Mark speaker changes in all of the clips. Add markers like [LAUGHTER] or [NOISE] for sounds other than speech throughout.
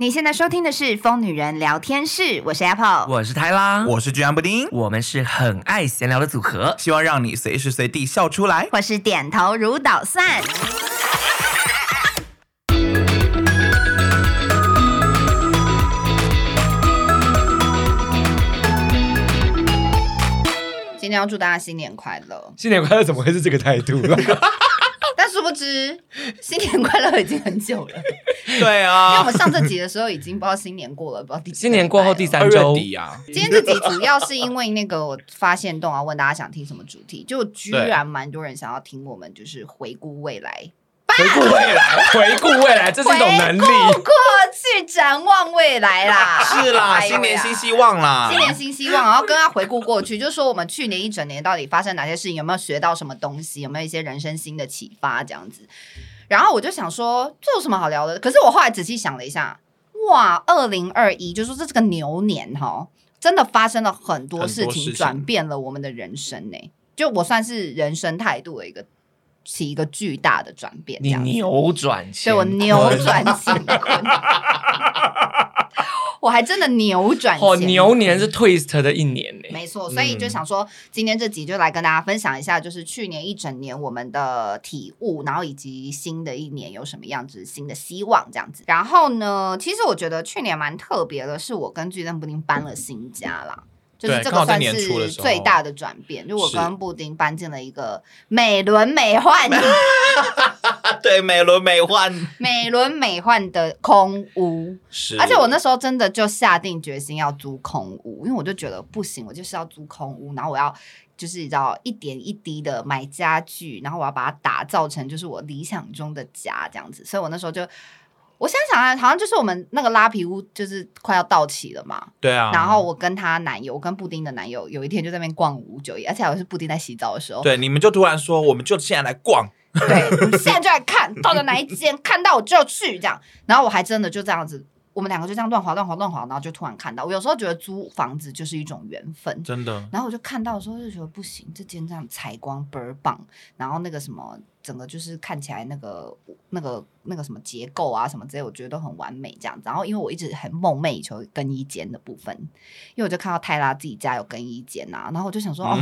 Speaker 1: 你现在收听的是《疯女人聊天室》，我是 Apple。
Speaker 2: 我是泰拉，
Speaker 1: 嗯
Speaker 3: 我是居安布丁，
Speaker 2: 我们是很爱闲聊的组合。
Speaker 3: 希望让你随时随地笑出来。
Speaker 1: 或是点头如捣蒜。今天要祝大家新年快
Speaker 2: 哦
Speaker 1: 乐，
Speaker 4: 新年快乐怎么会是这个态度？ [LAUGHS]
Speaker 1: 但殊不知新年快乐已经很久了，
Speaker 3: [LAUGHS] 对
Speaker 1: 因为我
Speaker 3: 啊
Speaker 1: 们，上这集的时候已经不知道新年过了，不知道第几
Speaker 2: 新年过后第
Speaker 1: 拜了
Speaker 2: 三周，
Speaker 4: 啊，
Speaker 1: 今天这集主要是因为那个我发现动啊，问大家想听什么主题，就居然蛮多人想要听我们就是回顾未
Speaker 3: [LAUGHS]
Speaker 1: 来、
Speaker 4: 回顾未来，回顾未来，这是一种能
Speaker 1: 回
Speaker 4: 力
Speaker 1: 顾。过去、展望未来啦。
Speaker 3: 是啦，
Speaker 1: [LAUGHS] [LAUGHS] 哎呦
Speaker 3: 新年
Speaker 1: 呀
Speaker 3: 新希望啦
Speaker 1: 新。年新希望，然后跟他回顾过去，就说我们去年一整年到底发生哪些事情，有没有学到什么东西，有没有一些人生新的启发这样子。然后我就想说，这有什么好聊的？可是我后来仔细想了一下，哇，二零二一，就说这是个牛年哈，真的发生了很多事
Speaker 3: 很多
Speaker 1: 情，
Speaker 3: 事情
Speaker 1: 转变了我们的人生呢、就我算是人生态度的一个起一个巨大的转变，这
Speaker 2: 你
Speaker 1: 样子。
Speaker 2: 扭转乾
Speaker 1: 对我
Speaker 2: 坤，
Speaker 1: 扭转
Speaker 2: [LAUGHS]
Speaker 1: 乾坤，我还真的扭转
Speaker 2: 哦，
Speaker 1: 乾
Speaker 2: 牛
Speaker 1: 坤
Speaker 2: 年是 twist 的一年呢。
Speaker 1: 没错，所以
Speaker 3: 嗯
Speaker 1: 就想说，今天这集就来跟大家分享一下，就是去年一整年我们的体悟，然后以及新的一年有什么样子新的希望这样子。然后呢，其实我觉得去年蛮特别的，是我跟巨蛋布丁搬了新家啦。就是
Speaker 3: 对
Speaker 1: 这
Speaker 3: 刚
Speaker 1: 个
Speaker 3: 好
Speaker 1: 算
Speaker 3: 在年初的
Speaker 1: 是
Speaker 3: 时候
Speaker 1: 最大的转变，就我
Speaker 3: 是
Speaker 1: 跟布丁搬进了一个美轮美
Speaker 3: [LAUGHS]
Speaker 1: 奂、
Speaker 3: 啊对，美轮美奂
Speaker 1: 美轮美奂的空屋。
Speaker 3: 是
Speaker 1: 而且我那时候真的就下定决心要租空屋，因为我就觉得不行，我就是要租空屋，然后我要就是你知道一点一滴的买家具，然后我要把它打造成就是我理想中的家这样子。所以我那时候就，我想想啊，好像就是我们那个拉皮屋就是快要到期了嘛，
Speaker 3: 对啊，
Speaker 1: 然后我跟她男友，我跟布丁的男友有一天就在那边逛五九一，而且好像是布丁在洗澡的时候，
Speaker 3: 对你们就突然说，我们就现在来逛，
Speaker 1: 对，我们现在就来看到底哪一间，看到我就去这样。然后我还真的就这样子，我们两个就这样乱滑乱滑乱滑，然后就突然看到。我有时候觉得租房子就是一种缘分。
Speaker 3: 真的
Speaker 1: 然后我就看到的时候就觉得不行，这间这样采光倍儿棒，然后那个什么，整个就是看起来那个那个那个什么结构啊什么之类，我觉得都很完美这样子。然后因为我一直很梦寐以求更衣间的部分，因为我就看到泰拉自己家有更衣间呐、然后我就想说，哦，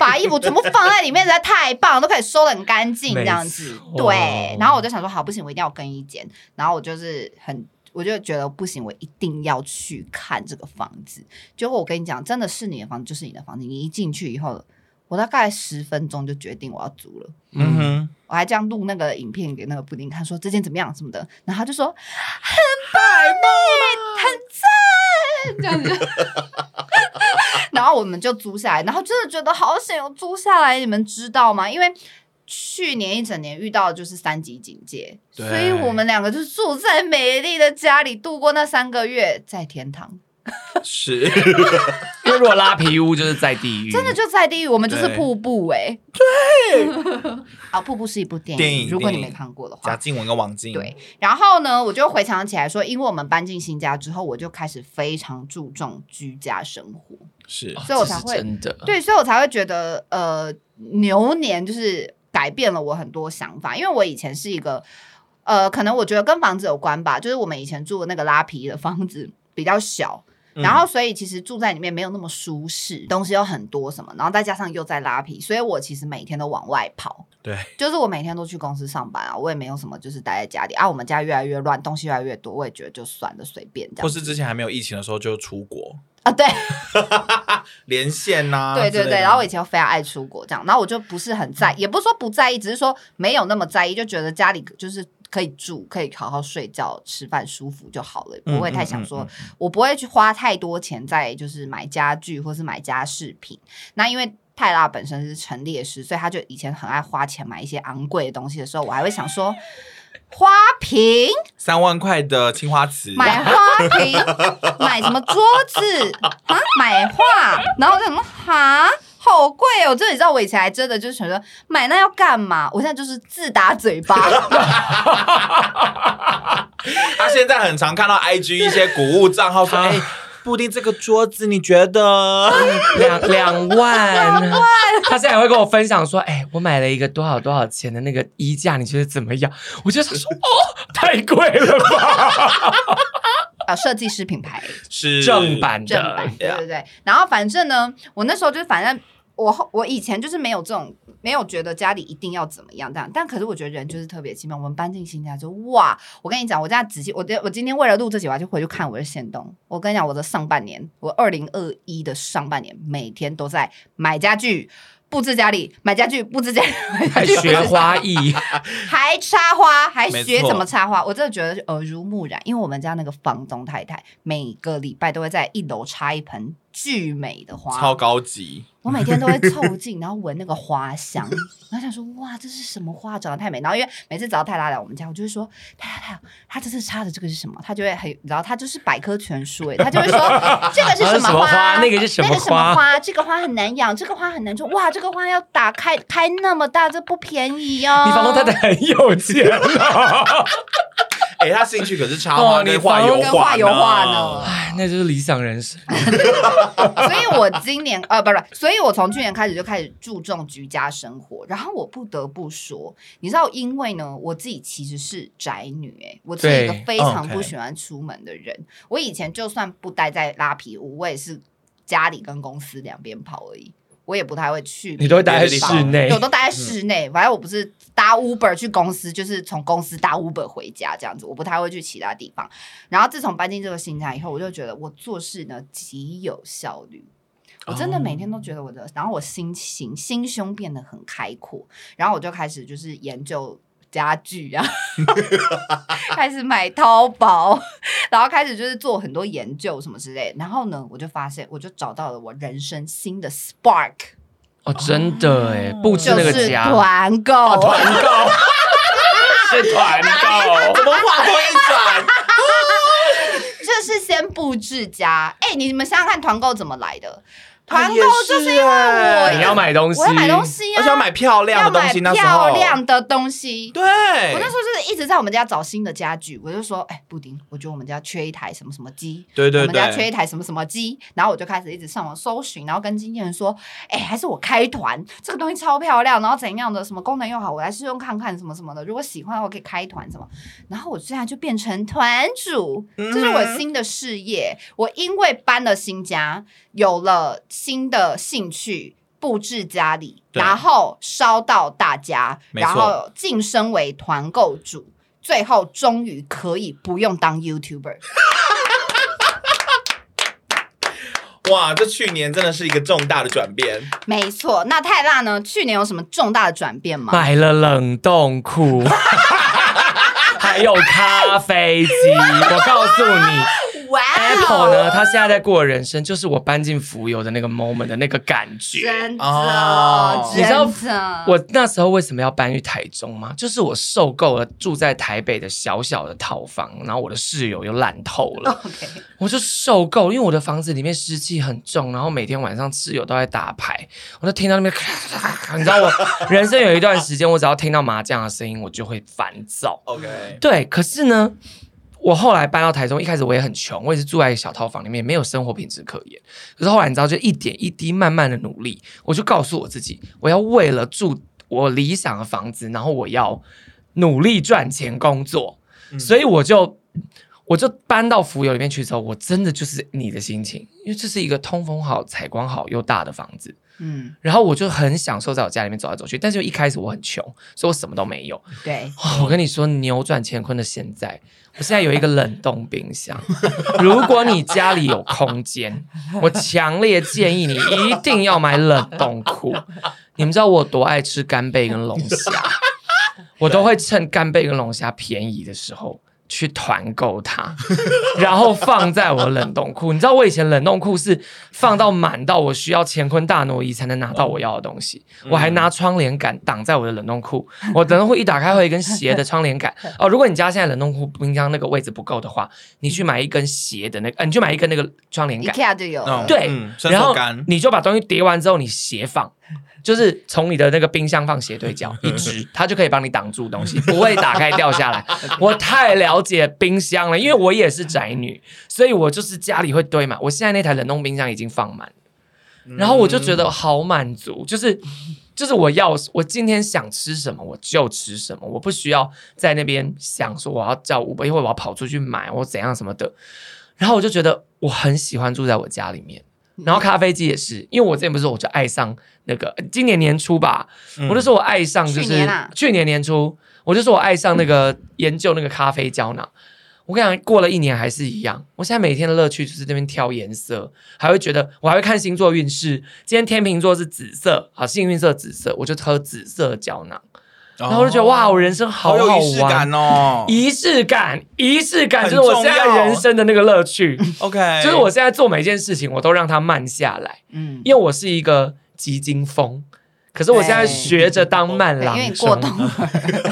Speaker 1: 把衣服全部放在里面实在太棒，都可以收的很干净这样子。
Speaker 2: 没错
Speaker 1: 对，然后我就想说，好，不行，我一定要更衣间。然后我就是很。我就觉得不行，我一定要去看这个房子。结果我跟你讲，真的是你的房子就是你的房子，你一进去以后，我大概十分钟就决定我要租了。
Speaker 3: 嗯哼，
Speaker 1: 我还这样录那个影片给那个布丁看，说这件怎么样什么的，然后他就说很棒，很赞，这样子。 [LAUGHS] 然后我们就租下来，然后真的觉得好险有租下来，你们知道吗？因为去年一整年遇到的就是三级警戒，所
Speaker 3: 对
Speaker 1: 以我们两个就住在美丽的家里度过那三个月，在天堂，
Speaker 3: [LAUGHS] 是 [LAUGHS]
Speaker 2: 因为如果拉皮屋就是在地狱，
Speaker 1: 真的就在地狱，我们就是
Speaker 3: 对
Speaker 1: 瀑布哎、 [LAUGHS] 对，啊，瀑布是一部电影，
Speaker 3: 电影
Speaker 1: 如果你
Speaker 3: 电
Speaker 1: 没
Speaker 3: 影
Speaker 1: 看过的话
Speaker 3: 贾，静雯跟王静，
Speaker 1: 对，然后呢，我就回想起来说，因为我们搬进新家之后，我就开始非常注重居家生活，
Speaker 3: 是
Speaker 2: 哦，
Speaker 1: 所以我
Speaker 2: 这
Speaker 1: 才
Speaker 2: 是
Speaker 1: 会
Speaker 2: 真的。
Speaker 1: 对，所以我才会觉得，呃，牛年就是改变了我很多想法，因为我以前是一个，呃，可能我觉得跟房子有关吧，就是我们以前住的那个拉皮的房子比较小，
Speaker 3: 嗯
Speaker 1: 然后所以其实住在里面没有那么舒适，东西又很多什么，然后再加上又在拉皮，所以我其实每天都往外跑。
Speaker 3: 对，
Speaker 1: [LAUGHS] 就是我每天都去公司上班啊，我也没有什么就是待在家里啊。我们家越来越乱，东西越来越多，我也觉得就算了，随便这
Speaker 3: 或
Speaker 1: 样
Speaker 3: 是之前还没有疫情的时候就出国 [LAUGHS]
Speaker 1: 啊。对
Speaker 3: 连线呐，
Speaker 1: 对对
Speaker 3: 啊之类
Speaker 1: 对，
Speaker 3: 的嗯
Speaker 1: 然后我以前又非常爱出国这样，然后我就不是很在，也不是说不在意，只是说没有那么在意，就觉得家里就是可以住，可以好好睡觉、吃饭舒服就好了，也不会太想说，
Speaker 3: 嗯嗯
Speaker 1: 我不会去花太多钱在就是买家具或是买家饰品。那因为泰拉本身是陈列师，所以他就以前很爱花钱买一些昂贵的东西的时候，我还会想说。花瓶
Speaker 3: 三万块的青花瓷，
Speaker 1: [LAUGHS] 买花瓶，买什么桌子啊？买画，然后什么哈，好贵哦！这你知道，我以前还真的就是想说买那要干嘛？我现在就是自打嘴巴，
Speaker 3: [LAUGHS]
Speaker 1: [LAUGHS]
Speaker 3: 他现在很常看到 IG 一些古物账号
Speaker 1: [LAUGHS]
Speaker 3: 说，
Speaker 2: 他
Speaker 3: 哎、布丁这个桌子你觉得？
Speaker 2: 两两万，他现在还会跟我分享说，哎，我买了一个多少多少钱的那个衣架，你觉得怎么样？我就想说，哦，太贵了吧。
Speaker 1: 呃设计师品牌
Speaker 3: [LAUGHS] 是
Speaker 2: 正版
Speaker 1: 正
Speaker 2: 的
Speaker 1: 版，对对对。然后反正呢，我那时候就反正我后我以前就是没有这种，没有觉得家里一定要怎么样这样，但可是我觉得人就是特别奇妙。我们搬进新家就哇，我跟你讲，我这样仔细，我我今天为了录这几话就回去看我的行动。我跟你讲，我的上半年，我二零二一的上半年，每天都在买家具。布置家里，买家具，布置家里，买家
Speaker 2: 还
Speaker 1: 具
Speaker 2: 学花艺，
Speaker 1: 还插花，还
Speaker 3: 没
Speaker 1: 学
Speaker 3: 错
Speaker 1: 怎么插花，我真的觉得呃耳濡目染。因为我们家那个房东太太，每个礼拜都会在一楼插一盆巨美的
Speaker 3: 超
Speaker 1: 花，
Speaker 3: 高级，
Speaker 1: [LAUGHS] 我每天都会凑近，然后闻那个花香，然后想说哇，这是什么花，长得太美。然后因为每次只要泰拉来我们家，我就会说泰拉泰拉，他这次插的这个是什么？他就会很，然后他就是百科全书哎，他就会
Speaker 2: [LAUGHS]
Speaker 1: 说这个是
Speaker 2: 啊
Speaker 1: 什么
Speaker 2: 什么花那个
Speaker 1: 个
Speaker 2: 是什么
Speaker 1: 什么
Speaker 2: 花
Speaker 1: 花，这个花很难养，这个花很难种，哇，这个花要打开开那么大，这不便宜哦。
Speaker 2: 你房东太太很有钱啊，
Speaker 3: [LAUGHS] 哎，他兴趣可是插
Speaker 2: 哦
Speaker 3: 花
Speaker 2: 你
Speaker 3: 跟画
Speaker 2: 房
Speaker 3: 油
Speaker 2: 东
Speaker 1: 跟
Speaker 3: 画哦
Speaker 1: 画油画呢
Speaker 2: 哎，那就是理想人生。
Speaker 1: [LAUGHS] 所以我今年呃，不是，所以我从去年开始就开始注重居家生活。然后我不得不说，你知道，因为呢，我自己其实是宅女、欸，我是一个
Speaker 2: 对
Speaker 1: 非常
Speaker 3: OK
Speaker 1: 不喜欢出门的人。我以前就算不待在拉皮屋，我也是家里跟公司两边跑而已。我也不太会去，
Speaker 2: 你都会待在室内嗯
Speaker 1: 对我都待在室内。反正我不是搭 Uber 去公司，就是从公司搭 Uber 回家这样子。我不太会去其他地方。然后自从搬进这个新家以后，我就觉得我做事呢极有效率。我真
Speaker 2: 哦
Speaker 1: 的每天都觉得我的，然后我心情心胸变得很开阔，然后我就开始就是研究家具啊， [LAUGHS] 开始买淘宝，然后开始就是做很多研究什么之类的。然后呢，我就发现我就找到了我人生新的 spark，
Speaker 2: 哦，真的哎，布置
Speaker 1: 就
Speaker 2: 那个
Speaker 1: 是
Speaker 2: 家，
Speaker 1: 团购。
Speaker 3: 哦
Speaker 2: 购，是团购，
Speaker 3: 怎么话锋一转？
Speaker 1: 就是先布置家。哎、你们想想看，团购怎么来的？团
Speaker 3: 啊
Speaker 1: 购
Speaker 3: 也
Speaker 1: 就是因为我
Speaker 3: 欸
Speaker 2: 你要买东西，
Speaker 1: 我要买东西啊，
Speaker 3: 而且要买漂亮的东西，
Speaker 1: 要
Speaker 3: 那
Speaker 1: 买
Speaker 3: 时候
Speaker 1: 漂亮的东西。
Speaker 3: 对，
Speaker 1: 我那时候就是一直在我们家找新的家具，我就说，哎、布丁，我觉得我们家缺一台什么什么机，
Speaker 3: 对对
Speaker 1: 我们家缺
Speaker 3: 对，
Speaker 1: 一台什么什么机，然后我就开始一直上网搜寻，然后跟经纪人说，哎、还是我开团，这个东西超漂亮，然后怎样的什么功能又好，我来试用看看什么什么的，如果喜欢的话我可以开团什么，然后我现在就变成团主，
Speaker 3: 嗯
Speaker 1: 这是我新的事业。我因为搬了新家，有了新的兴趣。布置家里，
Speaker 3: 对
Speaker 1: 然后烧到大家，
Speaker 3: 没错
Speaker 1: 然后晋升为团购主，最后终于可以不用当 YouTuber。
Speaker 3: 哇，这去年真的是一个重大的转变，
Speaker 1: 没错，那泰辣呢？去年有什么重大的转变吗？
Speaker 2: 买了冷冻 [LAUGHS] 库，还有咖啡机。我告诉你
Speaker 1: 哇哦
Speaker 2: ，Apple 呢，他现在在过的人生，就是我搬进浮游的那个 moment 的那个感觉。
Speaker 1: 真的，
Speaker 3: 哦
Speaker 1: 真
Speaker 2: 你
Speaker 1: 的，
Speaker 2: 我那时候为什么要搬去台中吗？就是我受够了住在台北的小小的套房，然后我的室友又烂透了。
Speaker 1: OK，
Speaker 2: 我就受够，因为我的房子里面湿气很重，然后每天晚上室友都在打牌，我就听到那边咔咔咔咔，你知道我 [LAUGHS] 人生有一段时间，我只要听到麻将的声音，我就会烦躁。
Speaker 3: OK，
Speaker 2: 对，可是呢，我后来搬到台中，一开始我也很穷，我也是住在小套房里面，没有生活品质可言。可是后来你知道，就一点一滴慢慢的努力，我就告诉我自己，我要为了住我理想的房子，然后我要努力赚钱工作，
Speaker 3: 嗯
Speaker 2: 所以我就。我就搬到浮游里面去之后，我真的就是你的心情，因为这是一个通风好、采光好又大的房子，
Speaker 1: 嗯，
Speaker 2: 然后我就很享受在我家里面走来走去。但是一开始我很穷，所以我什么都没有，
Speaker 1: 对，
Speaker 2: 哦，我跟你说，扭转乾坤的现在，我现在有一个冷冻冰箱。 [LAUGHS] 如果你家里有空间，我强烈建议你一定要买冷冻库。你们知道我有多爱吃干贝跟龙虾，我都会趁干贝跟龙虾便宜的时候。去团购它，然后放在我的冷冻库。你知道我以前冷冻库是放到满到我需要乾坤大挪移才能拿到我要的东西，我还拿窗帘杆挡在我的冷冻库，我冷冻库一打开会有一根斜的窗帘杆哦。如果你家现在冷冻库冰箱那个位置不够的话，你去买一根斜的那个，呃你去买一根那个窗帘
Speaker 1: 一
Speaker 2: 杆，
Speaker 1: 下就有了，
Speaker 3: 嗯
Speaker 2: 对
Speaker 3: 嗯伸
Speaker 2: 然
Speaker 3: 缩
Speaker 2: 后
Speaker 3: 杆
Speaker 2: 你就把东西叠完之后，你斜放，就是从你的那个冰箱放斜
Speaker 3: [LAUGHS]
Speaker 2: 对角一只，它就可以帮你挡住东西，不会打开掉下来。我太了解冰箱了，因为我也是宅女，所以我就是家里会堆满。
Speaker 3: 嗯
Speaker 2: 我现在那台冷冻冰箱已经放满了，然后我就觉得好满足，就是就是我要我今天想吃什么我就吃什么，我不需要在那边想说我要叫 u b 一会儿我要跑出去买我怎样什么的。然后我就觉得我很喜欢住在我家里面。然后咖啡机也是，因为我之前不是我就爱上那个今年年初吧，
Speaker 3: 嗯
Speaker 2: 我就说我爱上就是
Speaker 1: 去年啊
Speaker 2: 去年年初，我就说我爱上那个研究那个咖啡胶囊。我跟你讲，过了一年还是一样。我现在每天的乐趣就是这边挑颜色，还会觉得我还会看星座运势。今天天秤座是紫色，好幸运色紫色，我就喝紫色胶囊，然后我就觉得、哇，我人生
Speaker 3: 嗯
Speaker 2: 好
Speaker 3: 哦好有
Speaker 2: 好玩，
Speaker 3: 仪式感哦。
Speaker 2: 仪式感，仪式感
Speaker 3: 很
Speaker 2: 就是我现
Speaker 3: 重
Speaker 2: 在
Speaker 3: 要哎
Speaker 2: 人生的那个乐趣，
Speaker 3: [LAUGHS] OK，
Speaker 2: 就是我现在做每件事情，我都让它慢下来，
Speaker 1: 嗯，
Speaker 2: 因为我是一个急惊风。可是我现在
Speaker 1: 对
Speaker 2: 学着当慢
Speaker 1: 对，因
Speaker 2: 郎
Speaker 1: 为你
Speaker 2: 中，
Speaker 1: 过动
Speaker 2: [LAUGHS]
Speaker 1: 了，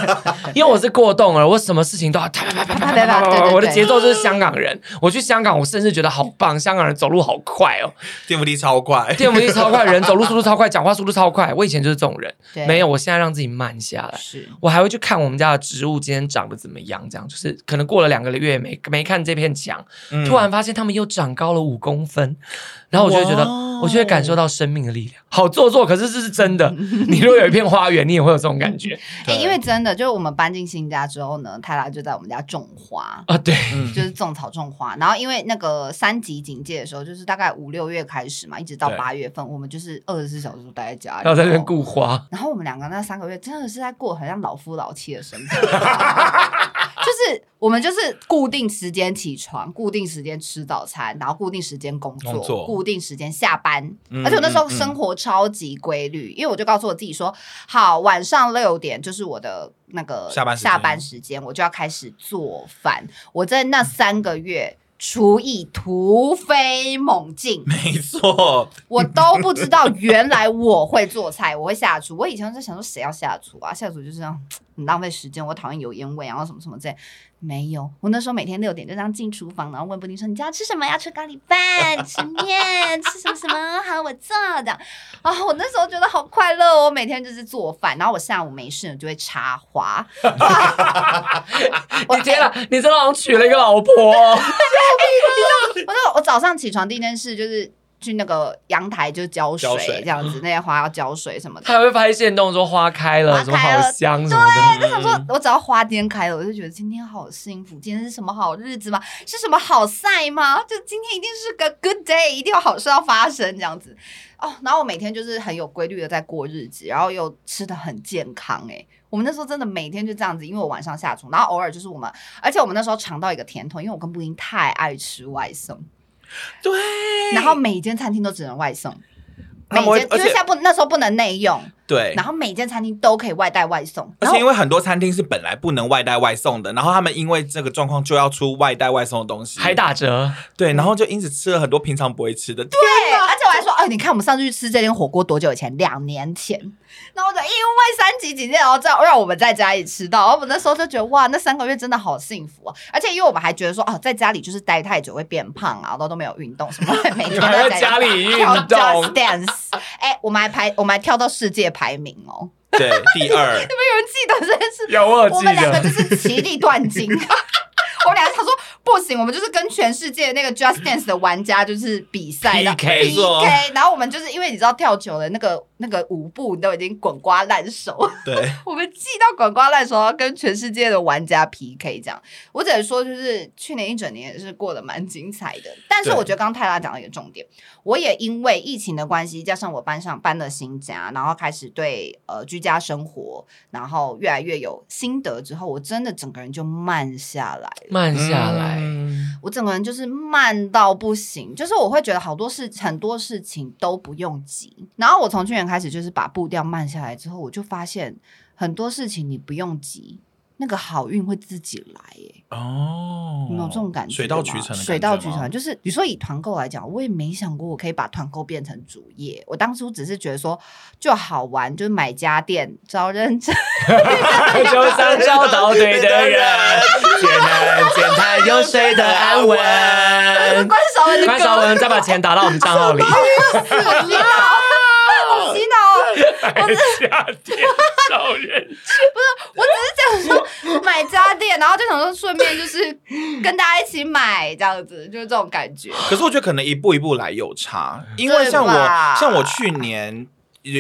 Speaker 2: 因为我是过动儿，我什么事情都要啪啪啪啪啪啪啪啪啪，我的节奏就是香港人。我去香港，我甚至觉得好棒，香港人走路好快哦，
Speaker 3: 电扶梯超快，
Speaker 2: 电扶梯超快，人走路速度超快，讲话速度超快。我以前就是这种人，
Speaker 1: 对，
Speaker 2: [LAUGHS] 没有，我现在让自己慢下来。
Speaker 1: 是
Speaker 2: 我还会去看我们家的植物今天长得怎么样，这样就是可能过了两个月没没看这片墙，
Speaker 3: 嗯
Speaker 2: 突然发现它们又长高了五公分，然后我就会觉得
Speaker 3: 哇哦，
Speaker 2: 我就会感受到生命的力量。好做作，可是这是真的。你如果有一片花园，你也会有这种感觉
Speaker 1: 哎、
Speaker 3: 对
Speaker 1: 因为真的就是我们搬进新家之后呢，泰拉就在我们家种花。
Speaker 2: 啊！对，
Speaker 3: 嗯
Speaker 1: 就是种草种花，然后因为那个三级警戒的时候，就是大概五六月开始嘛，一直到
Speaker 3: 对
Speaker 1: 八月份，我们就是二十四小时都待在家里，
Speaker 2: 然后在那边顾花。
Speaker 1: 然后我们两个那三个月真的是在过很像老夫老妻的生
Speaker 3: [LAUGHS]
Speaker 1: 活，就是我们就是固定时间起床，固定时间吃早餐，然后固定时间工作，
Speaker 3: 工作
Speaker 1: 固定时间下班。
Speaker 3: 嗯
Speaker 1: 而且我那时候
Speaker 3: 嗯嗯
Speaker 1: 生活超级规律，因为我就告诉我自己说，好，晚上六点就是我的那个
Speaker 3: 下班时间
Speaker 1: 下班时间，我就要开始做饭。我在那三个月。厨艺突飞猛
Speaker 3: [LAUGHS]
Speaker 1: 进，
Speaker 3: 没错，
Speaker 1: 我都不知道，原来我会做菜，我会下厨。我以前就想说，谁要下厨啊？下厨就是这样很浪费时间，我讨厌油烟味，然后什么什么之类。没有，我那时候每天六点就这样进厨房，然后问布丁说：“你今天要吃什么？要吃咖喱饭，吃面，吃什么什么？好，我做这样。”啊，我那时候觉得好快乐哦，我每天就是做饭，然后我下午没事我就会插
Speaker 2: [LAUGHS]
Speaker 1: 花。我哎
Speaker 2: 你天啊，你真的好像娶了一个老婆哦、
Speaker 1: 我说我早上起床第一件事就是去那个阳台就浇水，
Speaker 3: 浇水
Speaker 1: 这样
Speaker 2: [LAUGHS]
Speaker 1: 子，那些花要浇水什么的。
Speaker 2: 他还会拍现动说花开了，
Speaker 1: 花
Speaker 2: 什么
Speaker 1: 开
Speaker 2: 好
Speaker 1: 了
Speaker 2: 香什么的。
Speaker 1: 就想
Speaker 3: 嗯
Speaker 1: 说，我只要花今天开了，我就觉得今天好幸福，今天是什么好日子吗？是什么好赛吗？就今天一定是个 good day，一定有好事要发生这样子哦。然后我每天就是很有规律的在过日子，然后又吃的很健康、欸，我们那时候真的每天就这样子，因为我晚上下厨，然后偶尔就是我们，而且我们那时候尝到一个甜头，因为我跟布丁太爱吃外送，
Speaker 3: 对，
Speaker 1: 然后每间餐厅都只能外送，每
Speaker 3: 他们会
Speaker 1: 间因为
Speaker 3: 而且
Speaker 1: 现在不那时候不能内用，
Speaker 3: 对，
Speaker 1: 然后每间餐厅都可以外带外送，
Speaker 3: 而
Speaker 1: 然后
Speaker 3: 且因为很多餐厅是本来不能外带外送的，然后他们因为这个状况就要出外带外送的东西，
Speaker 2: 还打折，
Speaker 3: 对，
Speaker 1: 嗯
Speaker 3: 然后就因此吃了很多平常不会吃的。 [LAUGHS] 对，
Speaker 1: 对，而且我还说，哎，你看我们上次去吃这间火锅多久以前？两年前。然后我就因为三级警戒，然后这样让我们在家里吃到，然后我们那时候就觉得哇，那三个月真的好幸福啊！而且因为我们还觉得说，哦，在家里就是待太久会变胖啊，然后都没有运动什么，每天
Speaker 2: 还
Speaker 1: 都
Speaker 2: 在家里运
Speaker 1: 跳
Speaker 2: 动
Speaker 1: Just Dance。哎， [LAUGHS] 我们还排，我们还跳到世界排名哦，
Speaker 3: 对，
Speaker 1: 你
Speaker 3: 第二，
Speaker 1: 们有人记得这件事？
Speaker 2: 有我有
Speaker 1: 我
Speaker 2: 记
Speaker 1: 们两个就
Speaker 2: 得。
Speaker 1: 是齐力断金。 [LAUGHS] 我们俩想说不行，我们就是跟全世界那个 Just Dance 的玩家就是比赛
Speaker 2: PK
Speaker 1: 然后 PK，然后我们就是因为你知道跳久了那个那个舞步都已经滚瓜烂熟，
Speaker 3: 对，
Speaker 1: [LAUGHS] 我们记到滚瓜烂熟，要跟全世界的玩家 PK 这样。我只能说，就是去年一整年也是过得蛮精彩的。但是
Speaker 3: 对
Speaker 1: 我觉得刚刚泰拉讲到一个重点，我也因为疫情的关系，加上我搬上搬了新家，然后开始对呃居家生活，然后越来越有心得之后，我真的整个人就慢下来了。
Speaker 2: 慢下来，
Speaker 3: 嗯
Speaker 1: 我整个人就是慢到不行，就是我会觉得好多事很多事情都不用急。然后我从去年开始就是把步调慢下来之后，我就发现很多事情你不用急，那个好运会自己来、欸。
Speaker 3: 哦，
Speaker 1: 你们有这种感觉吗？
Speaker 3: 水到渠成的感觉吗，
Speaker 1: 水到渠成。就是你说以团购来讲，我也没想过我可以把团购变成主业。我当初只是觉得说就好玩，就是买家电招 [LAUGHS] 认证。
Speaker 2: [LAUGHS] 就像教导对的
Speaker 3: [LAUGHS]
Speaker 2: 人，简单简单又睡得安稳。
Speaker 3: 嗯
Speaker 1: [LAUGHS] 关少文的歌，
Speaker 2: 关少文再把钱打到我们账号里，
Speaker 1: 我
Speaker 3: [LAUGHS]
Speaker 1: 洗脑，我洗脑。哦
Speaker 2: 夏天超人。
Speaker 1: 我只是想说买家电，然后就想说顺便就是跟大家一起买这样子，就是这种
Speaker 3: [LAUGHS]
Speaker 1: 感觉。
Speaker 3: 可是我觉得可能一步一步来有差，因为像
Speaker 1: 对吧
Speaker 3: 我像我去年。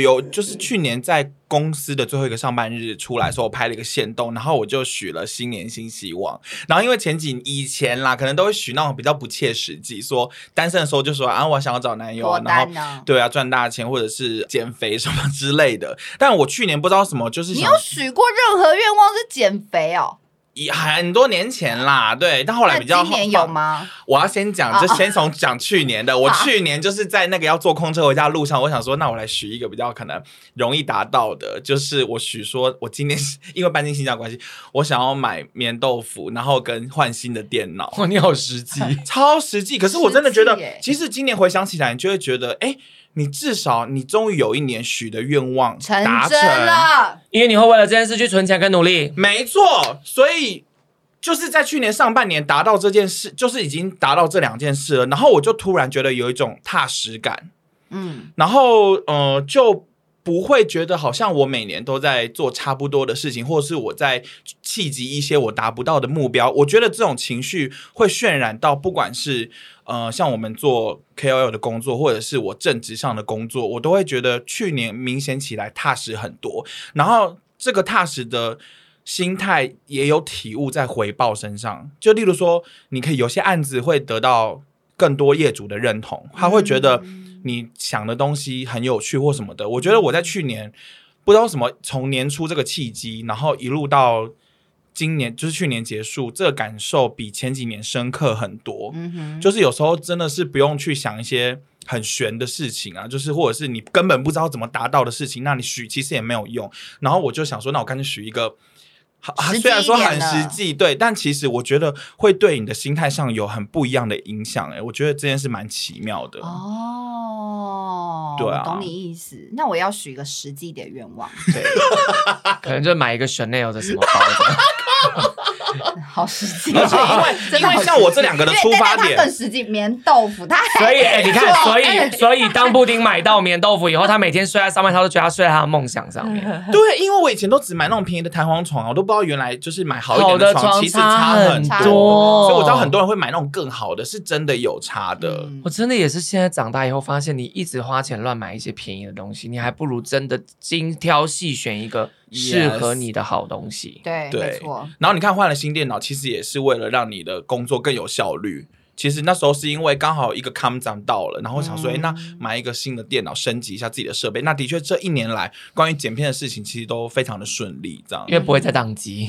Speaker 3: 有就是去年在公司的最后一个上班日出来的时候，我拍了一个限动，然后我就许了新年新希望。然后因为前几以前啦，可能都会许那种比较不切实际，说单身的时候就说啊，我想要找男友
Speaker 1: 脱
Speaker 3: 啊，然后
Speaker 1: 单呢？
Speaker 3: 对啊，赚大钱或者是减肥什么之类的。但我去年不知道什么，就是
Speaker 1: 你
Speaker 3: 想
Speaker 1: 有许过任何愿望是减肥哦？
Speaker 3: 以很多年前啦，对，但后来
Speaker 1: 那
Speaker 3: 比较
Speaker 1: 今年
Speaker 3: 后
Speaker 1: 有？吗？
Speaker 3: 我要先讲，就
Speaker 1: 哦
Speaker 3: 先从讲去
Speaker 1: [LAUGHS]
Speaker 3: 年的。我
Speaker 1: 好
Speaker 3: 去年就是在那个要坐空车回家的路上，我想说，那我来许一个比较可能容易达到的，就是我许说，我今年 [LAUGHS] 因为搬进新家的关系，我想要买棉豆腐，然后跟换新的电
Speaker 2: [LAUGHS]
Speaker 3: 脑。
Speaker 2: 哇，你好实际，
Speaker 3: 超实际。可是我真的觉
Speaker 1: 实
Speaker 3: 得
Speaker 1: 际耶，
Speaker 3: 其实今年回想起来，你就会觉得，哎、你至少你终于有一年许的愿望
Speaker 1: 成
Speaker 3: 达
Speaker 1: 真了，
Speaker 2: 因为你会为了这件事去存钱跟努力。
Speaker 3: 没错，所以。就是在去年上半年达到这件事，就是已经达到这两件事了。然后我就突然觉得有一种踏实感，
Speaker 1: 嗯，
Speaker 3: 然后呃就不会觉得好像我每年都在做差不多的事情，或是我在企及一些我达不到的目标。我觉得这种情绪会渲染到，不管是呃像我们做 KOL 的工作，或者是我正职上的工作，我都会觉得去年明显起来踏实很多。然后这个踏实的。心态也有体悟在回报身上，就例如说，你可以有些案子会得到更多业主的认同，他会觉得你想的东西很有趣或什么的。我觉得我在去年不知道为什么，从年初这个契机，然后一路到今年，就是去年结束，这个感受比前几年深刻很多。
Speaker 1: 嗯哼，
Speaker 3: 就是有时候真的是不用去想一些很玄的事情啊，就是或者是你根本不知道怎么达到的事情，那你许其实也没有用。然后我就想说，那我干脆许一个。啊、
Speaker 1: 实际一点的
Speaker 3: 虽然说很实际，对，但其实我觉得会对你的心态上有很不一样的影响。哎，我觉得这件事蛮奇妙的。
Speaker 1: 哦，
Speaker 3: 对啊
Speaker 1: 我懂你意思。那我要许一个实际一点愿
Speaker 3: [LAUGHS]
Speaker 1: 望，
Speaker 3: 对，
Speaker 2: 可能就买一个 Chanel 的什么包 [LAUGHS] 的，
Speaker 1: 好实际哦，
Speaker 3: 而且
Speaker 1: 真的
Speaker 3: [LAUGHS] 因为因
Speaker 1: 好
Speaker 3: 为
Speaker 1: 实际
Speaker 3: 像我这两个的出发
Speaker 1: 因为但但
Speaker 3: 点
Speaker 1: 它更实际，棉豆腐，它还
Speaker 2: 所以哎、你看， [LAUGHS] 所
Speaker 1: 哎
Speaker 2: 以所以当布丁买到棉豆腐以后，他每天睡在上面，他都觉得他睡在他的梦想上面。
Speaker 3: 对，因为我以前都只买那种便宜的弹簧床啊，我都不知道原来就是买好一
Speaker 2: 好
Speaker 3: 点
Speaker 2: 的
Speaker 3: 床，
Speaker 2: 床
Speaker 3: 其实差很
Speaker 1: 差很
Speaker 2: 多
Speaker 3: 所以我知道很多人会买那种更好的，是真的有差的。
Speaker 1: 嗯
Speaker 2: 我真的也是现在长大以后发现，你一直花钱乱买一些便宜的东西，你还不如真的精挑细选一个适合你的好东西。
Speaker 1: 对，
Speaker 3: 对
Speaker 1: 没错，
Speaker 3: 然后你看换了新电脑，其实也是为了让你的工作更有效率。其实那时候是因为刚好一个 come down 到了，然后想
Speaker 1: 嗯
Speaker 3: 说，哎、那买一个新的电脑，升级一下自己的设备。那的确这一年来，关于剪片的事情其实都非常的顺利，这样
Speaker 2: 因为不会再宕机，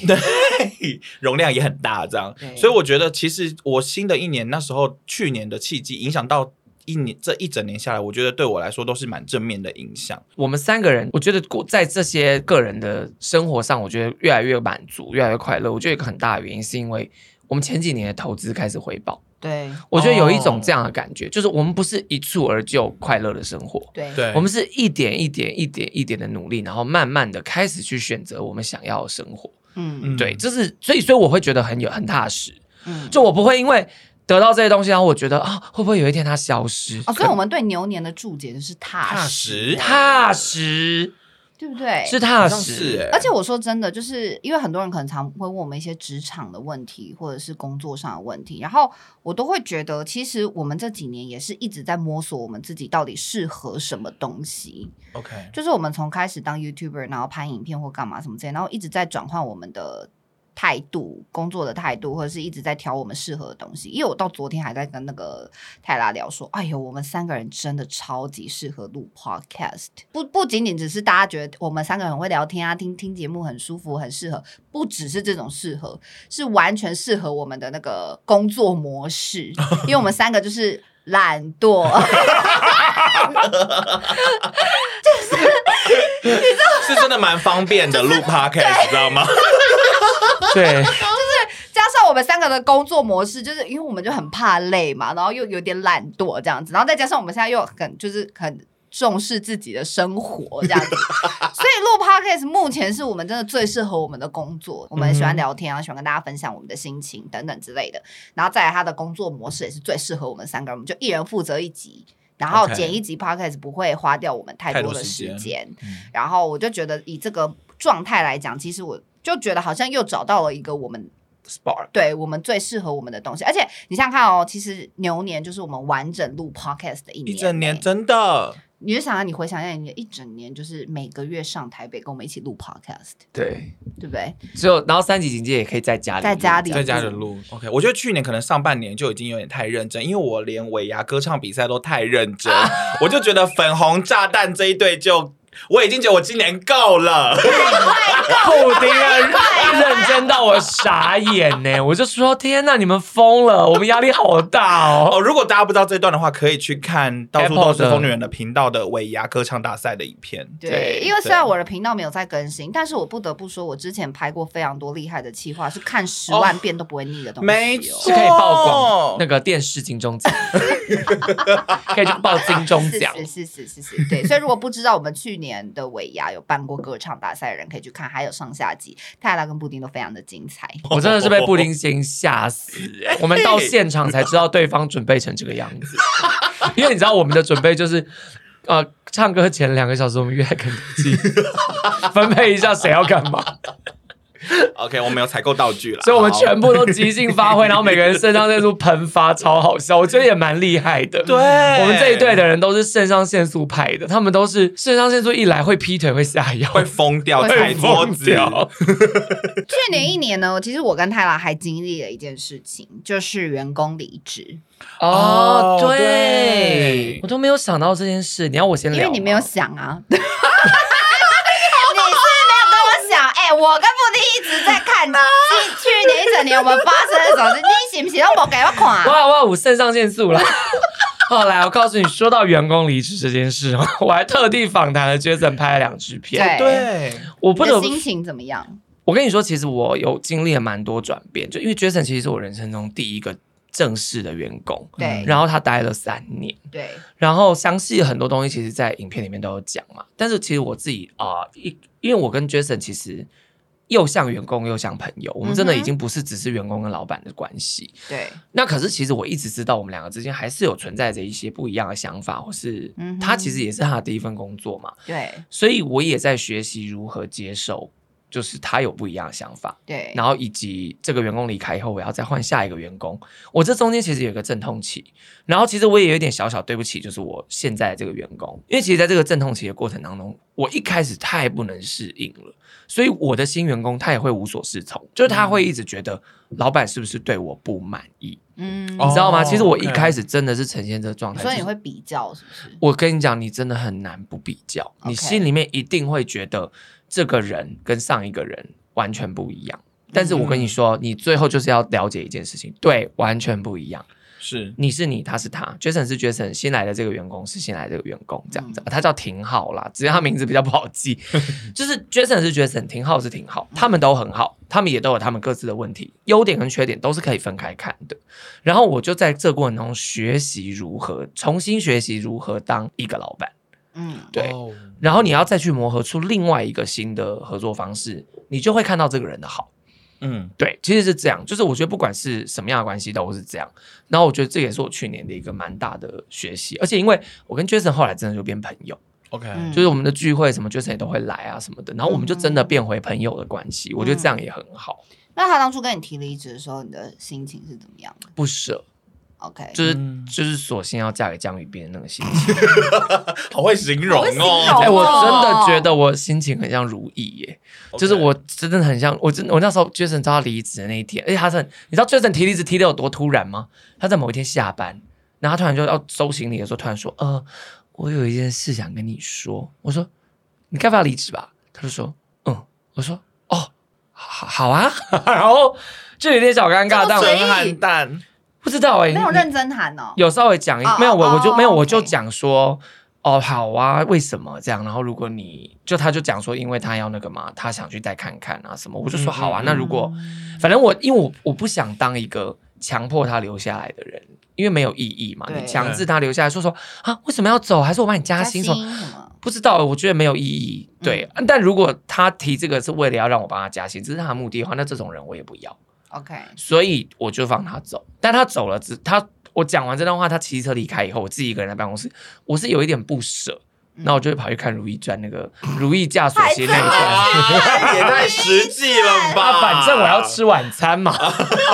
Speaker 3: [LAUGHS] 容量也很大，这样
Speaker 1: 对。
Speaker 3: 所以我觉得，其实我新的一年那时候去年的契机，影响到一年这一整年下来，我觉得对我来说都是蛮正面的影响。
Speaker 2: 我们三个人，我觉得过在这些个人的生活上，我觉得越来越满足，越来越快乐。我觉得有一个很大的原因是因为我们前几年的投资开始回报，
Speaker 1: 对
Speaker 2: 我觉得有一种
Speaker 3: 哦
Speaker 2: 这样的感觉，就是我们不是一蹴而就快乐的生活，
Speaker 1: 对
Speaker 3: 对，
Speaker 2: 我们是一点一点、一点一点的努力，然后慢慢的开始去选择我们想要的生活。
Speaker 1: 嗯
Speaker 3: 嗯
Speaker 2: 对，这是所以，所以我会觉得很有很踏实，
Speaker 1: 嗯，
Speaker 2: 就我不会因为得到这些东西，然后我觉得啊，会不会有一天它消失？
Speaker 1: 哦，所以我们对牛年的注解就是踏
Speaker 3: 踏
Speaker 1: 实，
Speaker 3: 实
Speaker 2: 踏实
Speaker 1: 对不对？
Speaker 3: 好
Speaker 2: 是踏
Speaker 3: 像
Speaker 2: 实
Speaker 3: 是、，哎
Speaker 1: 而且我说真的，就是因为很多人可能常会问我们一些职场的问题，或者是工作上的问题，然后我都会觉得，其实我们这几年也是一直在摸索我们自己到底适合什么东西。
Speaker 3: OK，
Speaker 1: 就是我们从开始当 YouTuber，然后拍影片或干嘛什么之类，然后一直在转换我们的态度、工作的态度，或者是一直在挑我们适合的东西。因为我到昨天还在跟那个泰拉聊说，哎呦，我们三个人真的超级适合录 Podcast，不不仅仅只是大家觉得我们三个人很会聊天啊，听听节目很舒服、很适合，不只是这种适合，是完全适合我们的那个工作模式，因为我们三个就是懒惰。
Speaker 3: [LAUGHS] 是真的蛮方便的录 podcast，你知道吗？
Speaker 2: 对，
Speaker 1: 加上我们三个的工作模式，就是因为我们就很怕累嘛，然后又有点懒惰这样子，然后再加上我们现在又很就是很重视自己的生活这样
Speaker 3: [LAUGHS]
Speaker 1: 子，所以录 podcast 目前是我们真的最适合我们的工作，我们喜欢聊天啊，喜欢跟大家分享我们的心情等等之类的，然后再来他的工作模式也是最适合我们三个人，我们就一人负责一集。然后
Speaker 3: OK
Speaker 1: 剪一集 podcast 不会花掉我们太
Speaker 3: 太
Speaker 1: 多
Speaker 3: 多
Speaker 1: 的
Speaker 3: 时
Speaker 1: 时
Speaker 3: 间嗯
Speaker 1: 间，然后我就觉得以这个状态来讲，其实我就觉得好像又找到了一个我们
Speaker 2: spark。
Speaker 1: 对我们最适合我们的东西。而且你想想看哦，其实牛年就是我们完整录 podcast 的一
Speaker 3: 一
Speaker 1: 年，欸
Speaker 3: 整年。真的，
Speaker 1: 你就想啊，你回想一下，你的一整年就是每个月上台北跟我们一起录 podcast，
Speaker 2: 对，
Speaker 1: 对不对？
Speaker 2: 只有然后三级警戒也可以在家里，
Speaker 1: 在家里
Speaker 3: 在家里录。OK，我觉得去年可能上半年就已经有点太认真，因为我连尾牙歌唱比赛都太认真， [LAUGHS] 我就觉得粉红炸弹这一队就。我已经觉得我今年够了，
Speaker 2: 布丁啊，认真到我傻眼呢！我就说天哪，你们疯了，我们压力好大哦。
Speaker 3: 哦，如果大家不知道这段的话，可以去看到处
Speaker 2: Apple
Speaker 3: 都是
Speaker 2: 的
Speaker 3: 疯女人的频道的尾牙歌唱大赛的影片。
Speaker 1: 对
Speaker 2: 对，
Speaker 1: 因为虽然
Speaker 3: 对
Speaker 1: 我的频道没有在更新，但是我不得不说，我之前拍过非常多厉害的企划，是看十万遍都不会腻的东西、哦。
Speaker 3: 哦没
Speaker 2: 是
Speaker 3: 错，
Speaker 2: 可以曝光那个电视
Speaker 1: [LAUGHS]
Speaker 2: 金钟奖，可以去报金钟
Speaker 1: 是
Speaker 2: 奖。
Speaker 1: 是是是是是，对。所以如果不知道我们去年的尾牙有办过歌唱大赛的人，可以去看，还有上下集，泰拉跟布丁都非常的精彩。
Speaker 2: 我真的是被布丁先吓死、欸，我们到现场才知道对方准备成这个样子，因为你知道我们的准备就是，呃，唱歌前两个小时我们约在肯德
Speaker 1: [LAUGHS]
Speaker 2: 基分配一下谁要干嘛，
Speaker 3: OK，我们有采购道具了，
Speaker 2: 所以我们全
Speaker 3: 部
Speaker 2: 部都即兴发挥，然后每个人肾上腺素喷发，超好笑，我觉得也蛮厉害的。
Speaker 3: 对，。
Speaker 2: 我
Speaker 3: 我
Speaker 2: 们这一队的人都是肾上腺素派的，他们都是肾上腺素一来会劈腿会下药，
Speaker 3: [LAUGHS] 会疯掉，
Speaker 1: 会
Speaker 3: 踩桌
Speaker 2: 疯
Speaker 3: 子。
Speaker 2: 掉
Speaker 1: 去
Speaker 2: 嗯
Speaker 1: 年一年呢，其实我跟泰拉还经历了一件事情，就是员工离职，
Speaker 2: [LAUGHS] 哦
Speaker 3: 哦，
Speaker 2: 对
Speaker 3: 对，
Speaker 2: 我都没有想到这件事。你要我先
Speaker 1: 因
Speaker 2: 聊吗，
Speaker 1: 为你没有想啊。 [LAUGHS] 你是没有跟我想，哎、我跟布丁一直在
Speaker 2: [LAUGHS]
Speaker 1: 看，去去年一整年我们发生了什么事，你是不是都没给我看？
Speaker 2: 哇哇，我肾上腺素了。 [LAUGHS] 后来我告诉你，说到员工离职这件事 [LAUGHS] 哦，我还特地访谈了 Jason 拍了两支片。
Speaker 1: 对
Speaker 3: 对，
Speaker 2: 我不
Speaker 1: 你的
Speaker 2: 得，
Speaker 1: 心情怎么样？
Speaker 2: 我跟你说，其实我有经历了蛮多转变，就因为 Jason 其实是我人生中第一个正式的员工，
Speaker 1: 嗯对
Speaker 2: 然后他待了三年。
Speaker 1: 对，
Speaker 2: 然后详细很多东西，其实，在影片里面都有讲嘛。但是其实我自己啊，一、因为我跟 Jason 其实又像员工又像朋友，我们真的
Speaker 1: 嗯哼
Speaker 2: 已经不是只是员工跟老板的关系。
Speaker 1: 对，
Speaker 2: 那可是其实我一直知道，我们两个之间还是有存在着一些不一样的想法，或是
Speaker 1: 嗯哼
Speaker 2: 他其实也是他的第一份工作嘛，
Speaker 1: 对，
Speaker 2: 所以我也在学习如何接受，就是他有不一样的想法。
Speaker 1: 对，
Speaker 2: 然后以及这个员工离开以后，我要再换下一个员工，我这中间其实有一个阵痛期，然后其实我也有点小小对不起，就是我现在这个员工，因为其实在这个阵痛期的过程当中，我一开始太不能适应了，所以我的新员工他也会无所适从，就是他
Speaker 3: 嗯
Speaker 2: 会一直觉得老板是不是对我不满意，
Speaker 1: 嗯，
Speaker 3: 哦
Speaker 2: 你知道吗？其实我一
Speaker 3: OK
Speaker 2: 开始真的是呈现这个状态，
Speaker 1: 所以你
Speaker 2: 就是
Speaker 1: 会比较是不是？
Speaker 2: 我跟你讲，你真的很难不比较，你
Speaker 1: OK
Speaker 2: 心里面一定会觉得这个人跟上一个人完全不一样。但是我跟你说，你最后就是要了解一件事情，对，完全不一样。
Speaker 3: 是
Speaker 2: 你是你，他是他，Jason 是 Jason，新来的这个员工是新来的这个员工，这样子，
Speaker 1: 嗯
Speaker 2: 他叫廷浩啦，只是他名字比较不好记， [LAUGHS] 就是 Jason 是 Jason，廷浩是廷浩，他们都很好，他们也都有他们各自的问题，优点跟缺点都是可以分开看的。然后我就在这过程中学习如何重新学习如何当一个老板，
Speaker 1: 嗯，
Speaker 2: 对，
Speaker 3: 哦
Speaker 2: 然后你要再去磨合出另外一个新的合作方式，你就会看到这个人的好。
Speaker 3: 嗯，
Speaker 2: 对，其实是这样，就是我觉得不管是什么样的关系都是这样。然后我觉得这也是我去年的一个蛮大的学习，而且因为我跟 Jason 后来真的就变朋友，
Speaker 3: ，OK，
Speaker 1: 嗯
Speaker 2: 就是我们的聚会什么 Jason 也都会来啊什么的，然后我们就真的变回朋友的关系，我觉得这样也很好，
Speaker 1: 那他当初跟你提离职的时候，你的心情是怎么样的
Speaker 2: 不舍。
Speaker 1: ？OK，
Speaker 2: 就是、
Speaker 3: 嗯
Speaker 2: 就是索性要嫁给江宇斌的那个心情，
Speaker 3: 好会形容
Speaker 1: 好会形
Speaker 3: 哦
Speaker 1: 容，
Speaker 2: 哎、我真的觉得我心情很像如意耶、就是我真的很像，我真我那时候 Jason 知道他离职的那一天，而且他是很你知道 Jason 提离职提的有多突然吗？他在某一天下班，然后他突然就要收行李的时候，突然说：“呃，我有一件事想跟你说。”我说：“你该不要离职吧？”他就说：“嗯。”我说：“哦，好好啊。” [LAUGHS] 然后就有点小尴尬，但
Speaker 1: 这么
Speaker 2: 我
Speaker 1: 随意
Speaker 3: 淡，
Speaker 2: 不知道哎、
Speaker 1: 没有
Speaker 2: 你
Speaker 1: 认真谈哦。
Speaker 2: 有稍微讲一
Speaker 1: 哦
Speaker 2: 没有
Speaker 1: 哦
Speaker 2: 我我就
Speaker 1: 哦
Speaker 2: 没有我
Speaker 1: OK
Speaker 2: 就讲说。哦，好啊，为什么这样？然后如果你就他就讲说，因为他要那个嘛，他想去再看看啊什么，我就说
Speaker 3: 嗯
Speaker 2: 好啊。
Speaker 3: 嗯
Speaker 2: 那如果反正我因为我我不想当一个强迫他留下来的人，因为没有意义嘛。
Speaker 1: 对
Speaker 2: 你强制他留下来，说说啊，为什么要走？还是我帮你加
Speaker 1: 加
Speaker 2: 薪
Speaker 1: 薪嗯
Speaker 2: 什
Speaker 1: 什
Speaker 2: 么？
Speaker 1: 么？
Speaker 2: 不知道，我觉得没有意义。对，但如果他提这个是为了要让我帮他加薪，这是他的目的的话，那这种人我也不要。
Speaker 1: OK，
Speaker 2: 所以我就放他走。但他走了之，他我讲完这段话，他骑车离开以后，我自己一个人在办公室，我是有一点不舍。
Speaker 1: 嗯
Speaker 2: 那我就会跑去看《如懿传》那个《如懿嫁锁鞋》那一段。
Speaker 3: 啊，也太实际了吧！
Speaker 2: 啊，反正我要吃晚餐
Speaker 1: [LAUGHS]
Speaker 2: 嘛，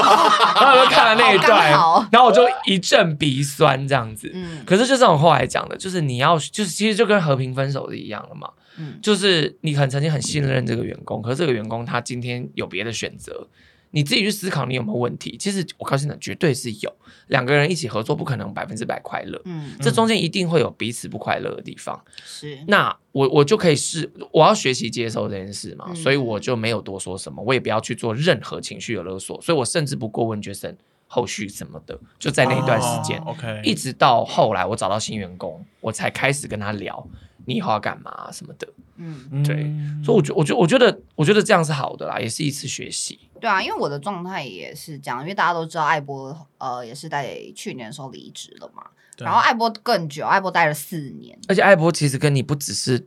Speaker 2: 然后我就看了那一
Speaker 1: 好
Speaker 2: 段
Speaker 1: 刚好，
Speaker 2: 然后我就一阵鼻酸这样子。
Speaker 1: 嗯
Speaker 2: 可是就像我后来讲的，就是你要，就是其实就跟和平分手是一样的嘛，
Speaker 1: 嗯，
Speaker 2: 就是你很曾经很信任这个员工，可是这个员工他今天有别的选择，你自己去思考你有没有问题。其实我告诉你，绝对是有，两个人一起合作不可能百分之百快乐，
Speaker 1: 嗯，
Speaker 2: 这中间一定会有彼此不快乐的地方。
Speaker 1: 是，
Speaker 2: 那我我就可以是我要学习接受这件事嘛，
Speaker 1: 嗯
Speaker 2: 所以我就没有多说什么，我也不要去做任何情绪的勒索，所以我甚至不过问 Jason 后续什么的，就在那一段时间，
Speaker 3: 哦 OK，
Speaker 2: 一直到后来我找到新员工，我才开始跟他聊你以后要干嘛、啊什么的，
Speaker 1: 嗯，
Speaker 2: 对所以我觉我觉我觉得我觉得这样是好的啦，也是一次学习，
Speaker 1: 对啊，因为我的状态也是这样，因为大家都知道艾波呃也是在去年的时候离职了嘛，
Speaker 3: 对
Speaker 2: 啊
Speaker 1: 然后艾波更久，艾波待了四年。
Speaker 2: 而且艾波其实跟你不只是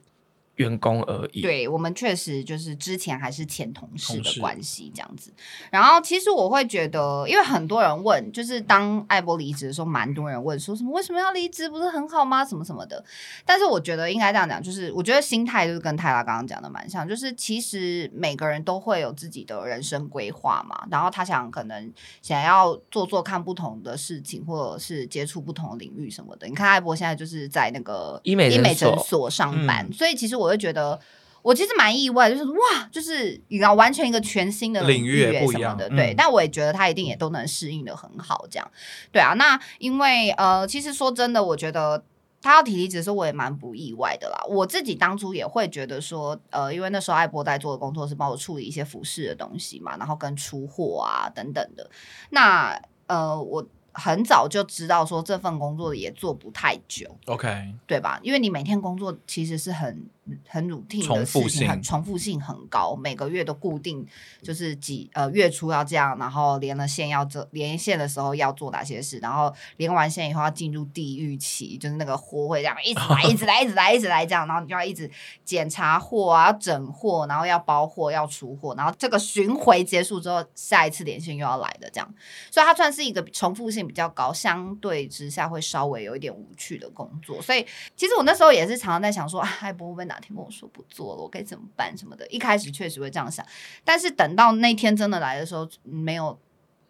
Speaker 2: 员工而已，
Speaker 1: 对我们确实就是之前还是前同事
Speaker 3: 同
Speaker 1: 的
Speaker 3: 事
Speaker 1: 关系这样子。然后其实我会觉得，因为很多人问，就是当艾波离职的时候，蛮多人问说什么为什么要离职，不是很好吗？什么什么的。但是我觉得应该这样讲，就是我觉得心态就是跟泰拉刚刚讲的蛮像，就是其实每个人都会有自己的人生规划嘛，然后他想可能想要做做看不同的事情，或者是接触不同的领域什么的。你看艾波现在就是在那个
Speaker 2: 医美诊所嗯
Speaker 1: 诊所上班，所以其实我会觉得。我其实蛮意外，就是哇，就是你知道，完全一个全新的
Speaker 3: 领域也
Speaker 1: 域
Speaker 3: 不
Speaker 1: 什么
Speaker 3: 一样
Speaker 1: 的，
Speaker 3: 嗯
Speaker 1: 对。但我也觉得他一定也都能适应的很好，这样，对啊。那因为呃，其实说真的，我觉得他要提离职的时候，我也蛮不意外的啦。我自己当初也会觉得说，呃，因为那时候艾波在做的工作是帮我处理一些服饰的东西嘛，然后跟出货啊等等的。那呃，我很早就知道说这份工作也做不太久，
Speaker 3: OK，
Speaker 1: 对吧？因为你每天工作其实是很很 routine 的
Speaker 3: 重
Speaker 1: 事
Speaker 3: 复
Speaker 1: 情，
Speaker 3: 性
Speaker 1: 很重复性很高，每个月都固定，就是几呃月初要这样，然后连了线要这连线的时候要做哪些事，然后连完线以后要进入地狱期，就是那个货会这样一直来，一 [LAUGHS] 直来，一直来，一直来这样，然后你就要一直检查货啊，要整货，然后要包货，要出货，然后这个巡回结束之后，下一次连线又要来的这样，所以它算是一个重复性比较高，相对之下会稍微有一点无趣的工作。所以其实我那时候也是常常在想说，啊哎，不会哪天跟我说不做了，我该怎么办什么的。一开始确实会这样想，但是等到那天真的来的时候，嗯没有。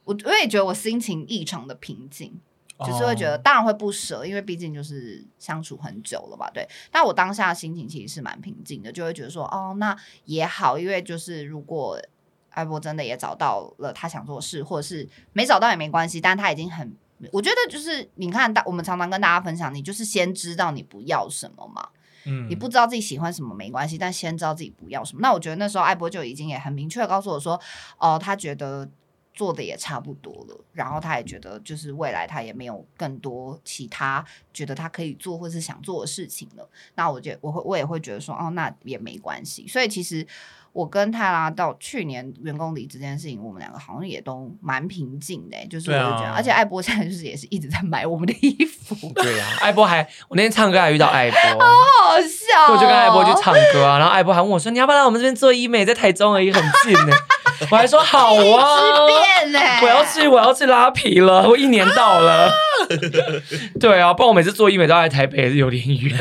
Speaker 1: 我我也觉得我心情异常的平静，就是会觉
Speaker 3: 哦
Speaker 1: 得当然会不舍，因为毕竟就是相处很久了吧，对。但我当下的心情其实是蛮平静的，就会觉得说，哦，那也好，因为就是如果艾波真的也找到了他想做的事，或者是没找到也没关系，但他已经很，我觉得就是你看大，我们常常跟大家分享，你就是先知道你不要什么嘛，
Speaker 3: 嗯
Speaker 1: 你不知道自己喜欢什么没关系，但先知道自己不要什么。那我觉得那时候艾波就已经也很明确地告诉我说，哦、他觉得做的也差不多了，然后他也觉得就是未来他也没有更多其他觉得他可以做或是想做的事情了。那我觉我会我也会觉得说，哦，那也没关系。所以其实我跟泰拉到去年员工离职这件事情，我们两个好像也都蛮平静的、欸就是我
Speaker 3: 对
Speaker 1: 就
Speaker 3: 啊
Speaker 1: 觉得，而且艾波现在就是也是一直在买我们的衣服，
Speaker 2: [LAUGHS] 对啊，艾波还我那天唱歌还遇到艾波，
Speaker 1: 好好笑哦、
Speaker 2: 所以我就跟艾波去唱歌啊，然后艾波还问我说：“你要不要来我们这边做医美，在台中而已，很近呢、我还说：“好
Speaker 1: 之
Speaker 2: 啊，
Speaker 1: 变呢、
Speaker 2: 我要去，我要去拉皮了，我一年到
Speaker 1: 啊
Speaker 2: 了。 [LAUGHS] 对啊，不然我每次做医美都要来台北，也是有点远。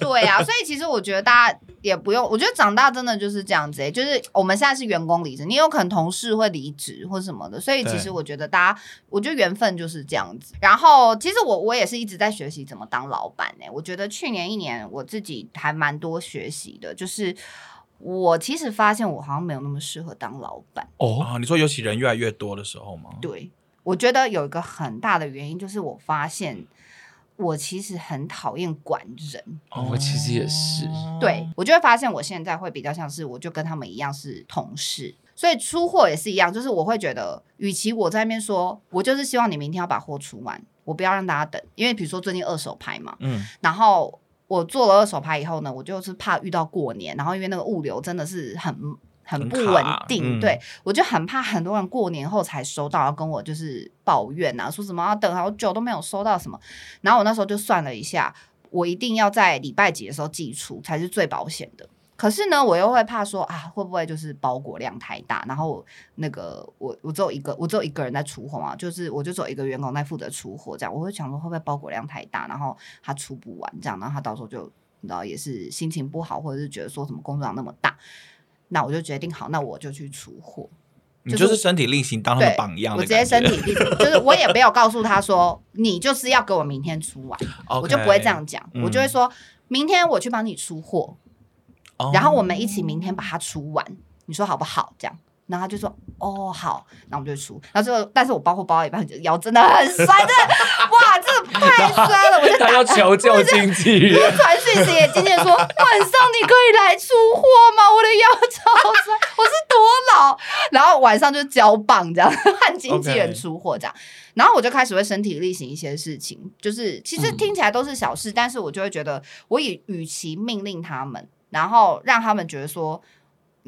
Speaker 1: 对呀、所以其实我觉得大家也不用，我觉得长大真的就是这样子、欸，就是我们现在是员工离职，你有可能同事会离职或什么的，所以其实
Speaker 3: 对
Speaker 1: 我觉得大家，我觉得缘分就是这样子。然后其实我我也是一直在学习怎么当老板呢、我觉得去年一年我自己还蛮多学习的，就是我其实发现我好像没有那么适合当老板，
Speaker 2: 哦，
Speaker 3: 啊，你说尤其人越来越多的时候吗？
Speaker 1: 对，我觉得有一个很大的原因就是我发现我其实很讨厌管人。
Speaker 2: 哦我其实也是
Speaker 3: 哦
Speaker 1: 对，我就会发现我现在会比较像是，我就跟他们一样是同事，所以出货也是一样，就是我会觉得，与其我在那边说，我就是希望你明天要把货出完，我不要让大家等，因为比如说最近二手拍嘛，
Speaker 3: 嗯，
Speaker 1: 然后我做了二手拍以后呢，我就是怕遇到过年，然后因为那个物流真的是很很
Speaker 3: 很
Speaker 1: 不
Speaker 3: 卡
Speaker 1: 稳定，
Speaker 3: 嗯
Speaker 1: 对我就很怕很多人过年后才收到，然后跟我就是抱怨啊，说什么要等好久都没有收到什么，然后我那时候就算了一下，我一定要在礼拜几的时候寄出才是最保险的。可是呢，我又会怕说啊，会不会就是包裹量太大？然后那个我我只有一个，我只有一个人在出货嘛，就是我就只有一个员工在负责出货，这样我会想说会不会包裹量太大，然后他出不完这样，然后他到时候就你知道也是心情不好，或者是觉得说什么工作量那么大，那我就决定好，那我就去出货。
Speaker 3: 你
Speaker 1: 就
Speaker 3: 就是是身体力行当他
Speaker 1: 对
Speaker 3: 们，榜样
Speaker 1: 我
Speaker 3: 的
Speaker 1: 直接
Speaker 3: 感觉，
Speaker 1: 身体力行，就是我也没有告诉他说你就是要给我明天出完，我就不会这样讲，
Speaker 3: 嗯
Speaker 1: 我就会说明天我去帮你出货，
Speaker 3: OK。
Speaker 1: 然后我们一起明天把它出完，你说好不好？这样。然后他就说：“哦，好，那我们就出。”然后最后，但是我包货包到一半，腰真的很酸，真的， [LAUGHS] 哇，真的太酸了，
Speaker 2: [LAUGHS]
Speaker 1: 我就打
Speaker 2: 他要求救经纪
Speaker 1: 我 [LAUGHS] 就
Speaker 2: 人，
Speaker 1: 传讯息给经纪人说， [LAUGHS] 晚上你可以来出货吗？我的腰超酸，我是多老。然后晚上就交棒这样， [LAUGHS] 和经纪人
Speaker 3: OK
Speaker 1: 出货这样。然后我就开始会身体力行一些事情，就是其实听起来都是小事，但是我就会觉得，我以与其命令他们，然后让他们觉得说。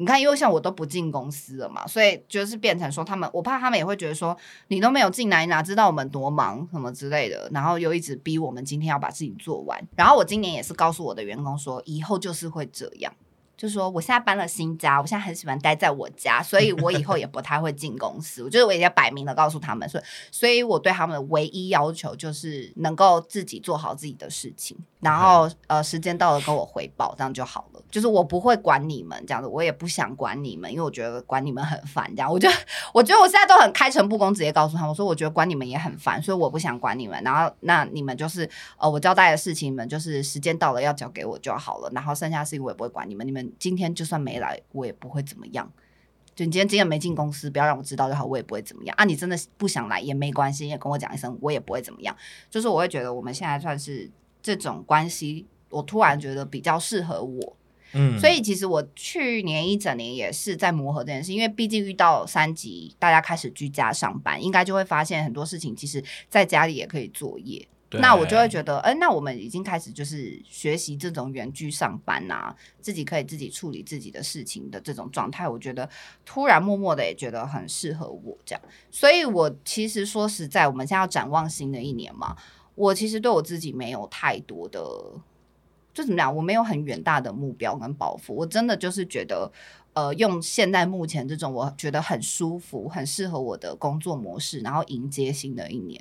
Speaker 1: 你看，因为像我都不进公司了嘛，所以就是变成说他们，我怕他们也会觉得说你都没有进来，哪知道我们多忙什么之类的，然后又一直逼我们今天要把事情做完。然后我今年也是告诉我的员工说，以后就是会这样，就说我现在搬了新家，我现在很喜欢待在我家，所以我以后也不太会进公司。我觉得我已经摆明的告诉他们，所以所以我对他们的唯一要求就是能够自己做好自己的事情，然后呃时间到了跟我回报，这样就好了。就是我不会管你们这样子，我也不想管你们，因为我觉得管你们很烦。这样，我就我觉得我现在都很开诚布公，直接告诉他们，我说我觉得管你们也很烦，所以我不想管你们。然后那你们就是呃，我交代的事情，你们就是时间到了要交给我就好了。然后剩下的事情我也不会管你们，你们今天就算没来，我也不会怎么样。就你今天今天没进公司，不要让我知道就好，我也不会怎么样啊。你真的不想来也没关系，你也跟我讲一声，我也不会怎么样。就是我会觉得我们现在算是这种关系，我突然觉得比较适合我，
Speaker 3: 嗯
Speaker 1: 所以其实我去年一整年也是在磨合这件事，因为毕竟遇到三级，大家开始居家上班，应该就会发现很多事情其实在家里也可以作业。
Speaker 3: 对
Speaker 1: 那我就会觉得，哎、那我们已经开始就是学习这种远距上班啊，自己可以自己处理自己的事情的这种状态，我觉得突然默默的也觉得很适合我这样。所以我其实说实在，我们现在要展望新的一年嘛，我其实对我自己没有太多的，就怎么讲，我没有很远大的目标跟抱负，我真的就是觉得。呃，用现在目前这种我觉得很舒服、很适合我的工作模式，然后迎接新的一年，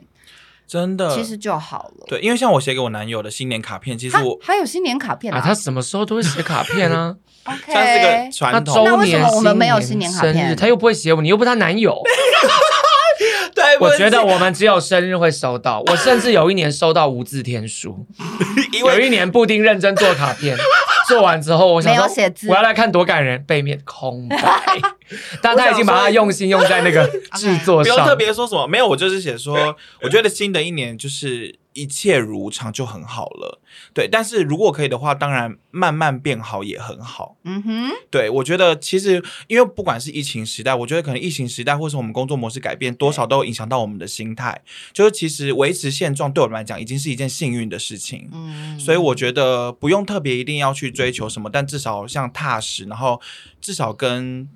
Speaker 3: 真的，
Speaker 1: 其实就好了。
Speaker 3: 对，因为像我写给我男友的新年卡片，其实
Speaker 1: 他
Speaker 3: 我
Speaker 1: 还有新年卡片
Speaker 2: 啊，他什么时候都会写卡片啊？
Speaker 1: OK，
Speaker 3: 算是个
Speaker 2: 他
Speaker 3: 传统。
Speaker 1: 那
Speaker 2: 周
Speaker 1: 为什
Speaker 2: 年、
Speaker 1: 么我们没有
Speaker 2: 新
Speaker 1: 新年卡片
Speaker 2: 生日他又不会写我，你又不是他男
Speaker 1: [LAUGHS]
Speaker 2: 友。
Speaker 3: 对，
Speaker 2: 我
Speaker 3: 是
Speaker 2: 觉得我们只有生日会收到，我甚至有一年收到无字天书，
Speaker 3: [LAUGHS] 因
Speaker 2: 有
Speaker 3: 为
Speaker 2: 一年布丁认真做卡
Speaker 3: [LAUGHS]
Speaker 2: 片，做完之后我想
Speaker 1: 没有
Speaker 2: 说
Speaker 1: 写字
Speaker 2: 我要来看多感人，背面
Speaker 1: [LAUGHS]
Speaker 2: 空白，但他已经把他用心用在那个制作
Speaker 3: 不用
Speaker 2: 上
Speaker 3: 特。别说什么，没有，我就是写说，我觉得新的一年就是一切如常就很好了。对，但是如果可以的话，当然慢慢变好也很好。
Speaker 1: 嗯哼，
Speaker 3: 对，我觉得其实因为不管是疫情时代，我觉得可能疫情时代或是我们工作模式改变，多少都有影响到我们的心态。就是其实维持现状对我们来讲已经是一件幸运的事情。
Speaker 1: 嗯，
Speaker 3: 所以我觉得不用特别一定要去追求什么，但至少像踏实，然后至少跟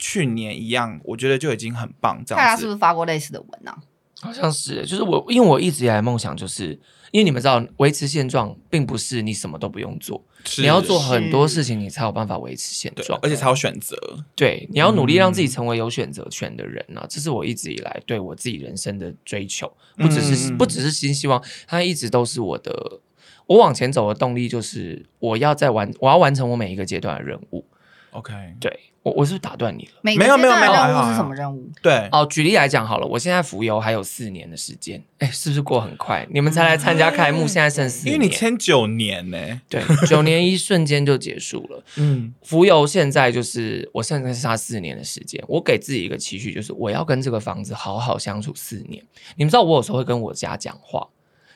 Speaker 3: 去年一样，我觉得就已经很棒。这
Speaker 1: 泰拉
Speaker 3: 样
Speaker 1: 是不
Speaker 3: 子，
Speaker 1: 是发过类似的文啊？
Speaker 2: 好像是，就是我，因为我一直以来的梦想就是，因为你们知道，维持现状并不是你什么都不用做，
Speaker 3: 是
Speaker 2: 你要做很多事情，你才有办法维持现
Speaker 3: 对
Speaker 2: 状，，
Speaker 3: 而且才有选择。
Speaker 2: 对，你要努力让自己
Speaker 3: 嗯
Speaker 2: 成为有选择权的人啊！这是我一直以来对我自己人生的追求，不只是、
Speaker 3: 嗯
Speaker 2: 不只是新希望，它一直都是我的。我往前走的动力就是我要在完，我要完成我每一个阶段的任务。
Speaker 3: OK，
Speaker 2: 对我，我是不是打断你了？
Speaker 1: 每个
Speaker 3: 没有
Speaker 1: 阶段
Speaker 3: 没有没有
Speaker 1: 的任
Speaker 3: 还
Speaker 1: 务
Speaker 3: 好
Speaker 1: 是什么任务？
Speaker 3: 对，
Speaker 2: 哦，举例来讲好了，我现在浮游还有四年的时间，哎，是不是过很快？你们才来参加开幕，现在剩四
Speaker 3: 啊因
Speaker 2: 年，
Speaker 3: 为你签九年呢，
Speaker 2: 对九年一瞬间就结束了。
Speaker 3: 嗯，
Speaker 2: 浮游现在就是我现在是他四年的时间，我给自己一个期许，就是我要跟这个房子好好相处四年。你们知道我有时候会跟我家讲话，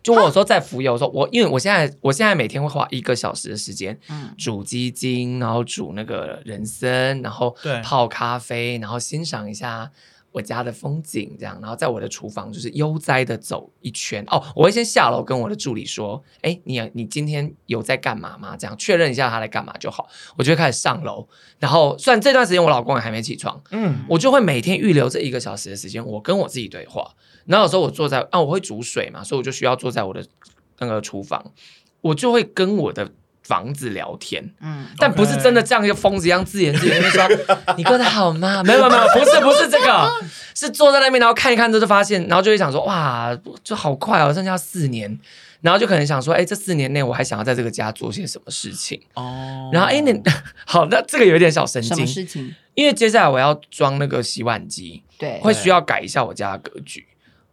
Speaker 2: 就我有时候在浮游的时候，我因为我现在我现在每天会花一个小时的时间
Speaker 1: 嗯，
Speaker 2: 煮鸡精，然后煮那个人参，然后
Speaker 3: 对
Speaker 2: 泡咖啡，然后欣赏一下。我家的风景这样，然后在我的厨房就是悠哉的走一圈哦。我会先下楼跟我的助理说：“哎，你你今天有在干嘛吗？”这样确认一下他在干嘛就好。我就会开始上楼，然后虽然这段时间我老公也还没起床，
Speaker 3: 嗯，
Speaker 2: 我就会每天预留这一个小时的时间，我跟我自己对话。然后有时候我坐在啊，我会煮水嘛，所以我就需要坐在我的那个厨房，我就会跟我的房子聊天。
Speaker 1: 嗯，
Speaker 2: 但不是真的像一个疯子一样自言自语，在那边说你过得好吗？ [LAUGHS] 没有没有没有，不是不是这个，是坐在那边，然后看一看，之后就发现，然后就会想说，哇，就好快哦，剩下四年，然后就可能想说，哎，这四年内我还想要在这个家做些什么事情。
Speaker 3: 哦
Speaker 2: 然后哎，你好，那 [LAUGHS] 这个有一点小神
Speaker 1: 什么
Speaker 2: 经，
Speaker 1: 事情？
Speaker 2: 因为接下来我要装那个洗碗机，
Speaker 1: 对，
Speaker 2: 会需要改一下我家的格局。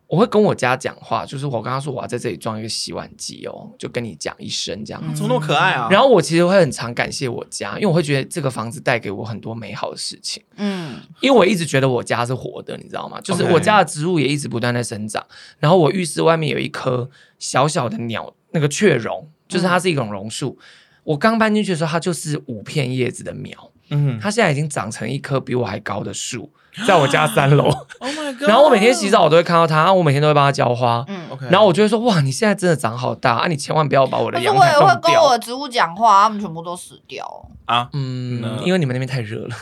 Speaker 2: 我会跟我家讲话，就是我刚刚说我要在这里装一个洗碗机哦，就跟你讲一声这样
Speaker 1: 嗯
Speaker 3: 怎么那么可爱啊？
Speaker 2: 然后我其实会很常感谢我家，因为我会觉得这个房子带给我很多美好的事情。
Speaker 1: 嗯，
Speaker 2: 因为我一直觉得我家是活的，你知道吗？就是
Speaker 3: OK
Speaker 2: 我家的植物也一直不断在生长。然后我浴室外面有一棵小小的鸟，那个雀榕，就是它是一种榕树。我刚搬进去的时候，它就是五片叶子的苗，
Speaker 3: 嗯
Speaker 2: 它现在已经长成一棵比我还高的树，在我家三
Speaker 1: [LAUGHS]
Speaker 2: 楼。 [LAUGHS]
Speaker 3: ，Oh my god！
Speaker 2: 然后我每天洗澡，我都会看到它，然后我每天都会帮它浇花。
Speaker 1: 嗯
Speaker 3: ，OK，
Speaker 2: 然后我就会说：“哇，你现在真的长好大啊！你千万不要把我的
Speaker 1: 可是
Speaker 2: 阳
Speaker 1: 我
Speaker 2: 台
Speaker 1: 也
Speaker 2: 弄
Speaker 1: 会
Speaker 2: 掉。
Speaker 1: 跟我的植物讲话，它们全部都死掉。
Speaker 3: 啊，
Speaker 2: 嗯
Speaker 3: 嗯，
Speaker 2: 因为你们那边太热了。，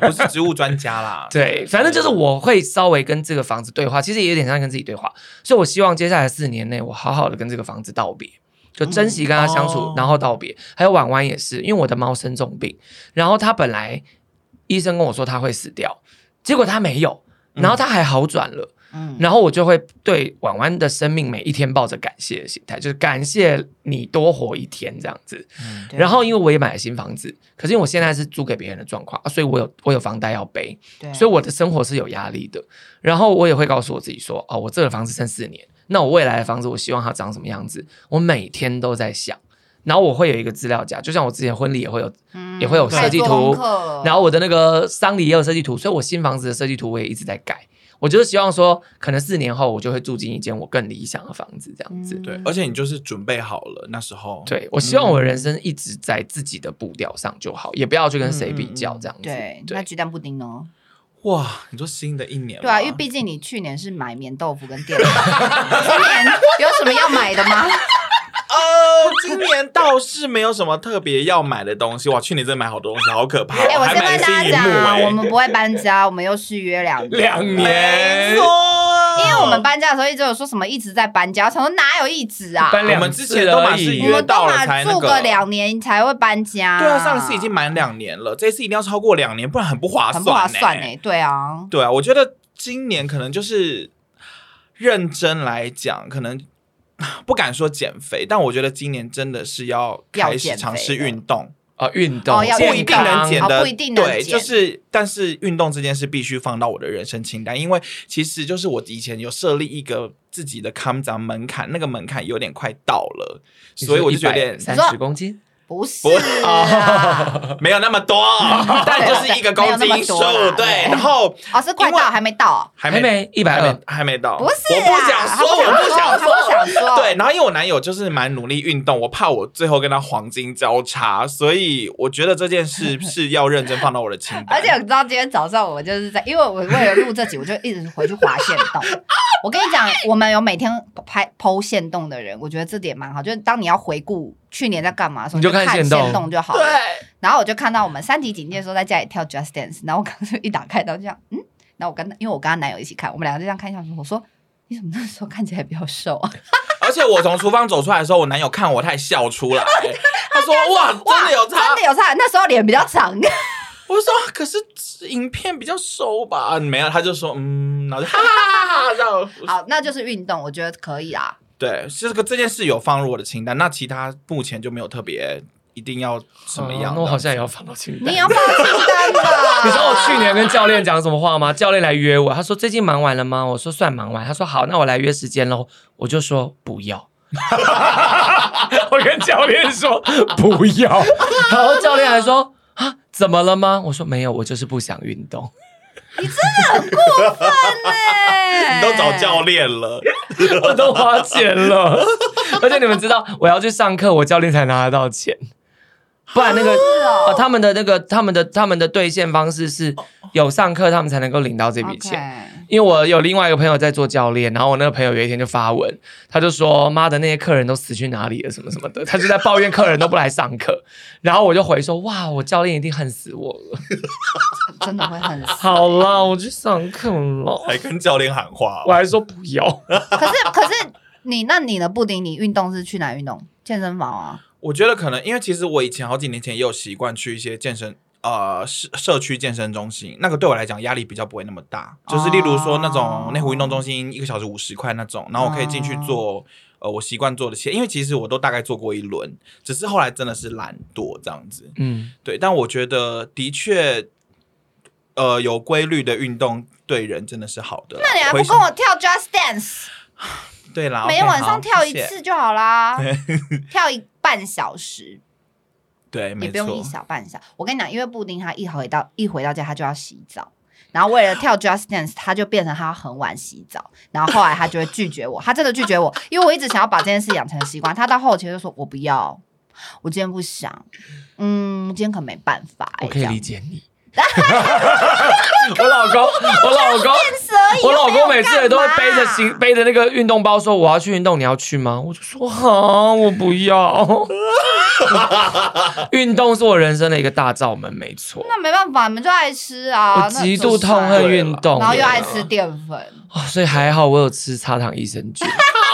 Speaker 3: 不是植物专家啦
Speaker 2: [LAUGHS] 对，反正就是我会稍微跟这个房子对话，其实也有点像跟自己对话。所以我希望接下来四年内，我好好的跟这个房子道别，就珍惜跟他相处，
Speaker 3: 嗯哦
Speaker 2: 然后道别。还有婉婉也是，因为我的猫生重病，然后它本来医生跟我说它会死掉，结果它没有，然后它还好转了。
Speaker 1: 嗯，
Speaker 2: 然后我就会对婉婉的生命每一天抱着感谢的心态，就是感谢你多活一天这样子。
Speaker 3: 嗯
Speaker 1: 对
Speaker 2: 然后因为我也买了新房子，可是因为我现在是租给别人的状况，啊所以我有我有房贷要背，
Speaker 1: 对，
Speaker 2: 所以我的生活是有压力的。然后我也会告诉我自己说，哦，我这个房子剩四年，那我未来的房子我希望它长什么样子，我每天都在想。然后我会有一个资料夹，就像我之前婚礼也会有，
Speaker 1: 嗯
Speaker 2: 也会有设计
Speaker 1: 开始做
Speaker 2: 图
Speaker 1: 功课，
Speaker 2: 然后我的那个丧礼也有设计图，所以我新房子的设计图我也一直在改。我就是希望说，可能四年后我就会住进一间我更理想的房子，这样子。
Speaker 1: 嗯
Speaker 3: 对，而且你就是准备好了那时候，
Speaker 2: 对，我希望我的人生一直在自己的步调上就好，也不要去跟谁比较这样子。
Speaker 1: 对，那
Speaker 2: 对，
Speaker 1: 鸡蛋布丁呢？
Speaker 3: 哇，你说新的一年吗，
Speaker 1: 对啊，因为毕竟你去年是买棉豆腐跟电脑，今年有什么要买的吗？
Speaker 3: 哦，今年倒是没有什么特别要买的东西。哇，去年真的买好多东西，好可怕！
Speaker 1: 哎、我
Speaker 3: 还
Speaker 1: 先
Speaker 3: 买
Speaker 1: 跟
Speaker 3: 了
Speaker 1: 大
Speaker 3: 新
Speaker 1: 家讲
Speaker 3: 荧幕
Speaker 1: 啊，
Speaker 3: 哎
Speaker 1: 我们不会搬家，我们又续约两年。
Speaker 4: 两年
Speaker 3: 没，错
Speaker 1: 因为我们搬家的时候一直有说什么一直在搬家，我想说哪有一直啊？
Speaker 2: 搬
Speaker 3: 我们
Speaker 2: 两
Speaker 3: 之
Speaker 2: 次
Speaker 3: 前都
Speaker 2: 而
Speaker 3: 满是
Speaker 2: 已
Speaker 1: 我
Speaker 3: 约
Speaker 1: 们
Speaker 3: 到
Speaker 1: 都
Speaker 3: 了
Speaker 1: 嘛
Speaker 3: 才
Speaker 1: 住
Speaker 3: 那个
Speaker 1: 个两年才会搬家。
Speaker 3: 对啊，上次已经满两年了，这次一定要超过两年，不然很不划算、欸
Speaker 1: 很不划算哎、对啊，
Speaker 3: 对啊，我觉得今年可能就是认真来讲，可能 [SIGHS] 不敢说减肥，但我觉得今年真的是要
Speaker 1: 要
Speaker 3: 开
Speaker 1: 减
Speaker 3: 始
Speaker 1: 肥
Speaker 3: 尝试
Speaker 1: 的
Speaker 3: 运动。
Speaker 2: 啊，运动
Speaker 1: 哦要
Speaker 3: 不
Speaker 1: 健
Speaker 3: 一定
Speaker 1: 康
Speaker 3: 能减的，
Speaker 1: 哦不一定能
Speaker 3: 对，
Speaker 1: 减
Speaker 3: 就是但是运动这件事必须放到我的人生清单，因为其实就是我以前有设立一个自己的 come down 门槛，那个门槛有点快到了，所以我就有点
Speaker 2: 三
Speaker 1: 你
Speaker 2: 十
Speaker 1: 说
Speaker 2: 公斤。
Speaker 1: 不是
Speaker 3: [LAUGHS]
Speaker 1: 啊，
Speaker 3: 没有那
Speaker 1: [LAUGHS]
Speaker 3: 么多，但就是一个公
Speaker 1: 没有那
Speaker 3: 斤
Speaker 1: 么
Speaker 3: 数
Speaker 1: 多啦，
Speaker 3: 对
Speaker 1: 对，
Speaker 3: 然后
Speaker 1: 哦是快
Speaker 3: 因为
Speaker 1: 到还没到，
Speaker 3: 还
Speaker 2: 还没
Speaker 3: 还
Speaker 2: 120
Speaker 3: 没呃还没到，
Speaker 1: 不是
Speaker 3: 我
Speaker 1: 啊，
Speaker 3: 不想
Speaker 1: 他
Speaker 3: 说，我
Speaker 1: 不
Speaker 3: 不想
Speaker 1: 想
Speaker 3: 说。
Speaker 1: 他不想说，
Speaker 3: 对，，然后因为我男友就是蛮努力运动，我怕我最后跟他黄金交叉，所以我觉得这
Speaker 1: [LAUGHS]
Speaker 3: 件事是要认真放到我的清单。
Speaker 1: 而且我知道今天早上我就是在，因为我为了录这集，我就一直回去划线
Speaker 3: [LAUGHS]
Speaker 1: 动。我跟你讲，我们有每天拍剖线动的人，我觉得这点蛮好，就是当你要回顾去年在干嘛的时候，
Speaker 2: 你就
Speaker 1: 看
Speaker 2: 看
Speaker 1: 线
Speaker 2: 线动
Speaker 1: 动就好
Speaker 3: 啊
Speaker 1: 了。对。然后我就看到我们三级警戒的时候在家里跳 Just Dance，然后我刚就一打开，然后就这样，嗯，然后我跟因为我跟他男友一起看，我们两个就这样看一下，我说。你怎么那时候看起来比较瘦
Speaker 2: [LAUGHS]
Speaker 1: 啊？
Speaker 3: 而且我从厨房走出来的时候，我男友看我，他还笑出来，他说：“哇，真的有差
Speaker 1: 真的。有差，那时候脸比较长。” [LAUGHS]
Speaker 3: 我说：“啊可是影片比较熟吧？”啊没有，他就说：“嗯。”然后就哈哈哈哈这样。
Speaker 1: 好，那就是运动，我觉得可以啦。
Speaker 3: 对，这个这件事有放入我的清单，那其他目前就没有特别一定要什么样
Speaker 2: 哦
Speaker 3: 的。
Speaker 2: 那我好像也要放到清单。
Speaker 1: 你要报清单吧？
Speaker 2: [LAUGHS] 你知道我去年跟教练讲什么话吗？教练来约我，他说最近忙完了吗？我说算忙完。他说好，那我来约时间喽。我就说不要。 [LAUGHS]
Speaker 4: 我跟教练说不要，
Speaker 2: 然后教练还说啊，怎么了吗？我说没有，我就是不想运动。
Speaker 1: 对
Speaker 3: 你都找教练了，
Speaker 2: 我 [LAUGHS] 都花钱了，而且你们知道，我要去上课，我教练才拿得到钱，不然那个、
Speaker 1: 哦
Speaker 2: 啊他们的那个他们的他们的兑现方式是有上课，他们才能够领到这笔钱。
Speaker 1: 钱。
Speaker 2: 因为我有另外一个朋友在做教练，然后我那个朋友有一天就发文，他就说：“妈的，那些客人都死去哪里了，什么什么的。”他就在抱怨客人都不来上 [LAUGHS] 课，然后我就回说：“哇，我教练一定恨死我了。
Speaker 1: 真的会很死”。 [LAUGHS]
Speaker 2: 好啦，我去上课了，
Speaker 3: 还跟教练喊话哦
Speaker 2: 我。还说不要。
Speaker 1: 可是可是你那你的布丁，你运动是去哪运动？健身房啊？
Speaker 3: 我觉得可能因为其实我以前好几年前也有习惯去一些健身。呃，社社区健身中心那个对我来讲压力比较不会那么大，就是例如说那种
Speaker 1: 哦
Speaker 3: 内湖运动中心一个小时五十块那种，然后我可以进去
Speaker 2: 哦
Speaker 3: 做、呃我习惯做的些，因为其实我都大概做过一轮，只是后来真的是懒惰这样子。
Speaker 2: 嗯，
Speaker 3: 对，但我觉得的确，呃，有规律的运动对人真的是好的啦。
Speaker 1: 那你还
Speaker 3: 回
Speaker 1: 不
Speaker 3: 想
Speaker 1: 跟我跳 Just Dance？
Speaker 3: 对啦，
Speaker 1: 每
Speaker 3: OK，
Speaker 1: 晚
Speaker 3: 好
Speaker 1: 上跳一。
Speaker 3: 谢谢
Speaker 1: 次就好啦， [LAUGHS] 跳一半小时
Speaker 3: 对，没
Speaker 1: 也不用一
Speaker 3: 错。
Speaker 1: 小半小。我跟你讲，因为布丁他一回到一回到家他就要洗澡。然后为了跳 Just Dance，他就变成他很晚洗澡，然后后来他就会拒绝我，他真的拒绝我，因为我一直想要把这件事养成习惯。他到后期就说：“我不要，我今天不想，嗯，今天可能没办法、欸。”
Speaker 2: 我可
Speaker 1: 这
Speaker 2: 以
Speaker 1: 样
Speaker 2: 理解 [LAUGHS] 你。
Speaker 4: 我老
Speaker 2: [LAUGHS]
Speaker 4: 公，我老公，
Speaker 2: 我老公每次也都会背着
Speaker 1: 行
Speaker 2: 行背着那个运动包说我要去运动，你要去吗？我就说好，我不要。 [LAUGHS] 运动是我人生的一个大罩门，没错。
Speaker 1: 那没办法，你们就爱吃啊那
Speaker 2: 我，极度
Speaker 1: 就是
Speaker 2: 痛
Speaker 1: 啊
Speaker 2: 恨运动，
Speaker 1: 然后又爱吃淀粉。
Speaker 2: 哦，所以还好我有吃茶糖益生
Speaker 1: [LAUGHS]
Speaker 2: 菌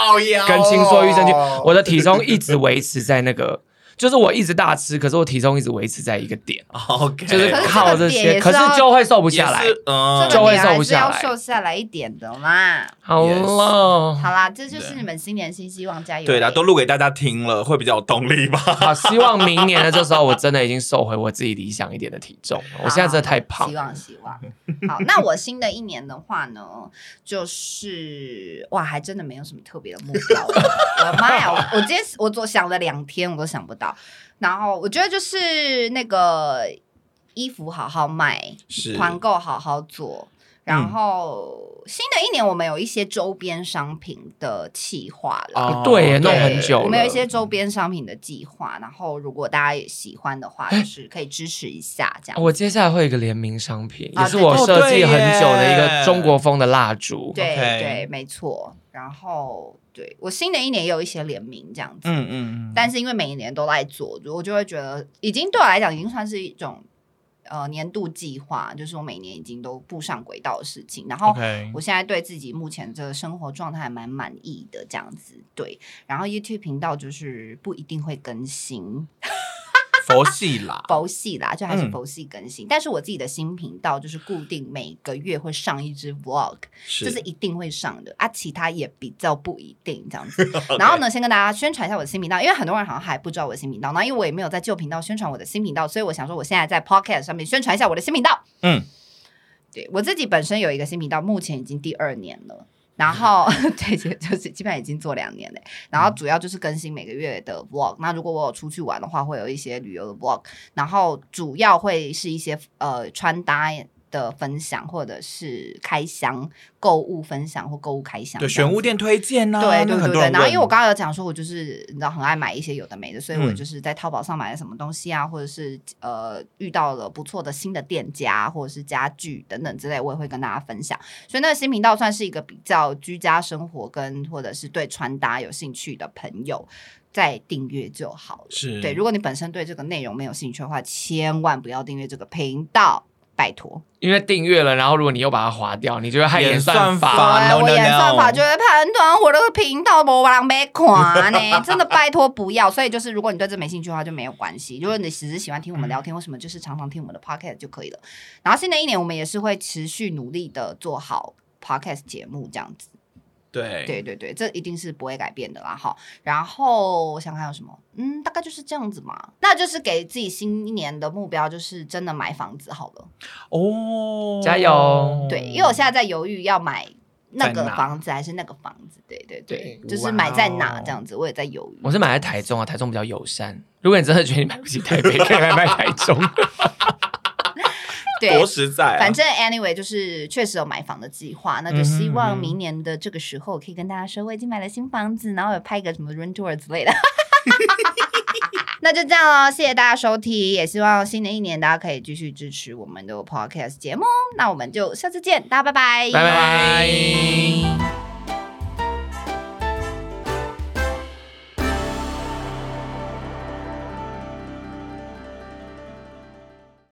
Speaker 3: 好呀
Speaker 2: 跟青稞益生菌，
Speaker 1: 哦
Speaker 2: 我的体重一直维持在那个，就是我一直大吃，可是我体重一直维持在一个点， [LAUGHS]
Speaker 3: OK，
Speaker 2: 就是
Speaker 1: 可是
Speaker 2: 靠这些，
Speaker 1: 这个点也是
Speaker 2: 可是
Speaker 1: 要
Speaker 2: 就会瘦不
Speaker 3: 不
Speaker 2: 下来。
Speaker 3: 嗯，
Speaker 1: 这
Speaker 2: 呃就
Speaker 1: 个
Speaker 2: 会
Speaker 1: 你还
Speaker 2: 瘦
Speaker 1: 是
Speaker 2: 下
Speaker 1: 要
Speaker 2: 来
Speaker 1: 瘦下来一点的啦。
Speaker 2: 好了，
Speaker 1: 好啦，这就是
Speaker 3: 对
Speaker 1: 你们新年新希望，加油！哎
Speaker 3: 对啦，都录给大家听了，会比较有动
Speaker 1: [LAUGHS]
Speaker 3: 力吧？
Speaker 2: 好，希望明年的这时候，我真的已经瘦回我自己理想一点的体重了。我现在真的太
Speaker 1: 好
Speaker 2: 胖
Speaker 1: 希
Speaker 2: 了，
Speaker 1: 望希望。好，那我新的一年的话呢，就是哇，还真的没有什么特别的目标。
Speaker 2: [LAUGHS]
Speaker 1: 我的妈呀！我我今天我昨想了两天，我都想不到。然后我觉得就是那个衣服好好卖，
Speaker 3: 是
Speaker 1: 团购好好做。然后、新的一年，我们有一些周边商品的企划了。
Speaker 2: 哦对耶弄
Speaker 1: 对
Speaker 2: 很久
Speaker 1: 我们有一
Speaker 2: 了
Speaker 1: 些周边商品的计划，然后如果大家也喜欢的话，就是可以支持一下这样。
Speaker 2: 哎哦我接下来会有一个联名商品，
Speaker 1: 啊
Speaker 2: 也是我
Speaker 3: 对
Speaker 2: 设计很久的一
Speaker 3: 哦对
Speaker 2: 个
Speaker 3: 耶
Speaker 2: 中国风的蜡烛。
Speaker 1: 对
Speaker 3: OK
Speaker 1: 对，没错。然后对我新的一年也有一些联名这样子，
Speaker 3: 嗯嗯，嗯
Speaker 1: 但是因为每一年都在做，我就会觉得已经对我来讲已经算是一种呃年度计划，就是我每年已经都步上轨道的事情。然后
Speaker 3: OK，
Speaker 1: 我现在对自己目前这个生活状态还蛮满意的，这样子对。然后 YouTube 频道就是不一定会更新，
Speaker 3: 佛系
Speaker 1: [LAUGHS]
Speaker 3: 啦，
Speaker 1: 佛系啦，就还是
Speaker 3: 嗯
Speaker 1: 佛系更新。但是我自己的新频道就是固定每个月会上一支 Vlog，
Speaker 3: 是
Speaker 1: 就是一定会上的啊，其他也比较不一定这样
Speaker 3: [LAUGHS]
Speaker 1: 子。然后呢，先跟大家宣传一下我的新频道，因为很多人好像还不知道我的新频道，那因为我也没有在旧频道宣传我的新频道，所以我想说我现在在 Podcast 上面宣传一下我的新频道。
Speaker 3: 嗯，
Speaker 1: 对我自己本身有一个新频道，目前已经第二年了。然后， [LAUGHS] 对，就就是基本上已经做两年了。然后主要就是更新每个月的 vlog。那如果我有出去玩的话，会有一些旅游的 vlog。然后主要会是一些呃穿搭的分享，或者是开箱、购物分享或购物开箱。
Speaker 3: 对玄武店。推荐呐，
Speaker 1: 对
Speaker 3: 那
Speaker 1: 对
Speaker 3: 很
Speaker 1: 对
Speaker 3: 多
Speaker 1: 对，
Speaker 3: 人
Speaker 1: 然后因为我
Speaker 3: 问
Speaker 1: 刚刚有讲说，我就是你知道很爱买一些有的没的，所以我
Speaker 3: 嗯
Speaker 1: 就是在淘宝上买了什么东西啊，或者是呃遇到了不错的新的店家或者是家具等等之类，我也会跟大家分享。所以那个新频道算是一个比较居家生活跟或者是对穿搭有兴趣的朋友。再订阅就好了。
Speaker 3: 是
Speaker 1: 对，如果你本身对这个内容没有兴趣的话，千万不要订阅这个频道，拜托。
Speaker 2: 因为订阅了，然后如果你又把它划掉，你就会害
Speaker 3: 演
Speaker 2: 算
Speaker 3: 算法啊
Speaker 1: 对
Speaker 3: no, no,
Speaker 1: 哎我演算法
Speaker 3: no
Speaker 1: 就会判断我的频道没人没看
Speaker 3: [LAUGHS]
Speaker 1: 呢，真的拜托不要。所以就是，如果你对这没兴趣的话，就没有关系。如果你只是喜欢听我们聊天，或什么，就是常常听我们的 podcast 就可以了。然后新的一年，我们也是会持续努力的做好 podcast 节目这样子。
Speaker 3: 对
Speaker 1: 对对对，这一定是不会改变的啦哈。然后我想看有什么，嗯，大概就是这样子嘛。那就是给自己新一年的目标，就是真的买房子好了。
Speaker 3: 哦，
Speaker 2: 加油
Speaker 1: 对，因为我现在在犹豫要买那个
Speaker 3: 在哪
Speaker 1: 房子还是那个房子。对对对，
Speaker 2: 对
Speaker 1: 就是买在哪
Speaker 3: 哇哦
Speaker 1: 这样子，我也在犹豫。
Speaker 2: 我是买在台中啊，台中比较友善。如果你真的觉得你买不起台
Speaker 1: [LAUGHS]
Speaker 2: 北，可以来买台中。
Speaker 1: 对
Speaker 3: 多。实在啊，
Speaker 1: 反正 anyway 就是确实有买房的计划，那就希
Speaker 3: 嗯哼嗯
Speaker 1: 望
Speaker 3: 哼
Speaker 1: 明年的这个时候可以跟大家说我已经买了新房子，然后有拍一个什么 run tour 之类的。 [LAUGHS] 那就这样喽，谢谢大家收听，也希望新的一年大家可以继续支持我们的 podcast 节目。那我们就下次见，大家拜拜，
Speaker 2: 拜拜。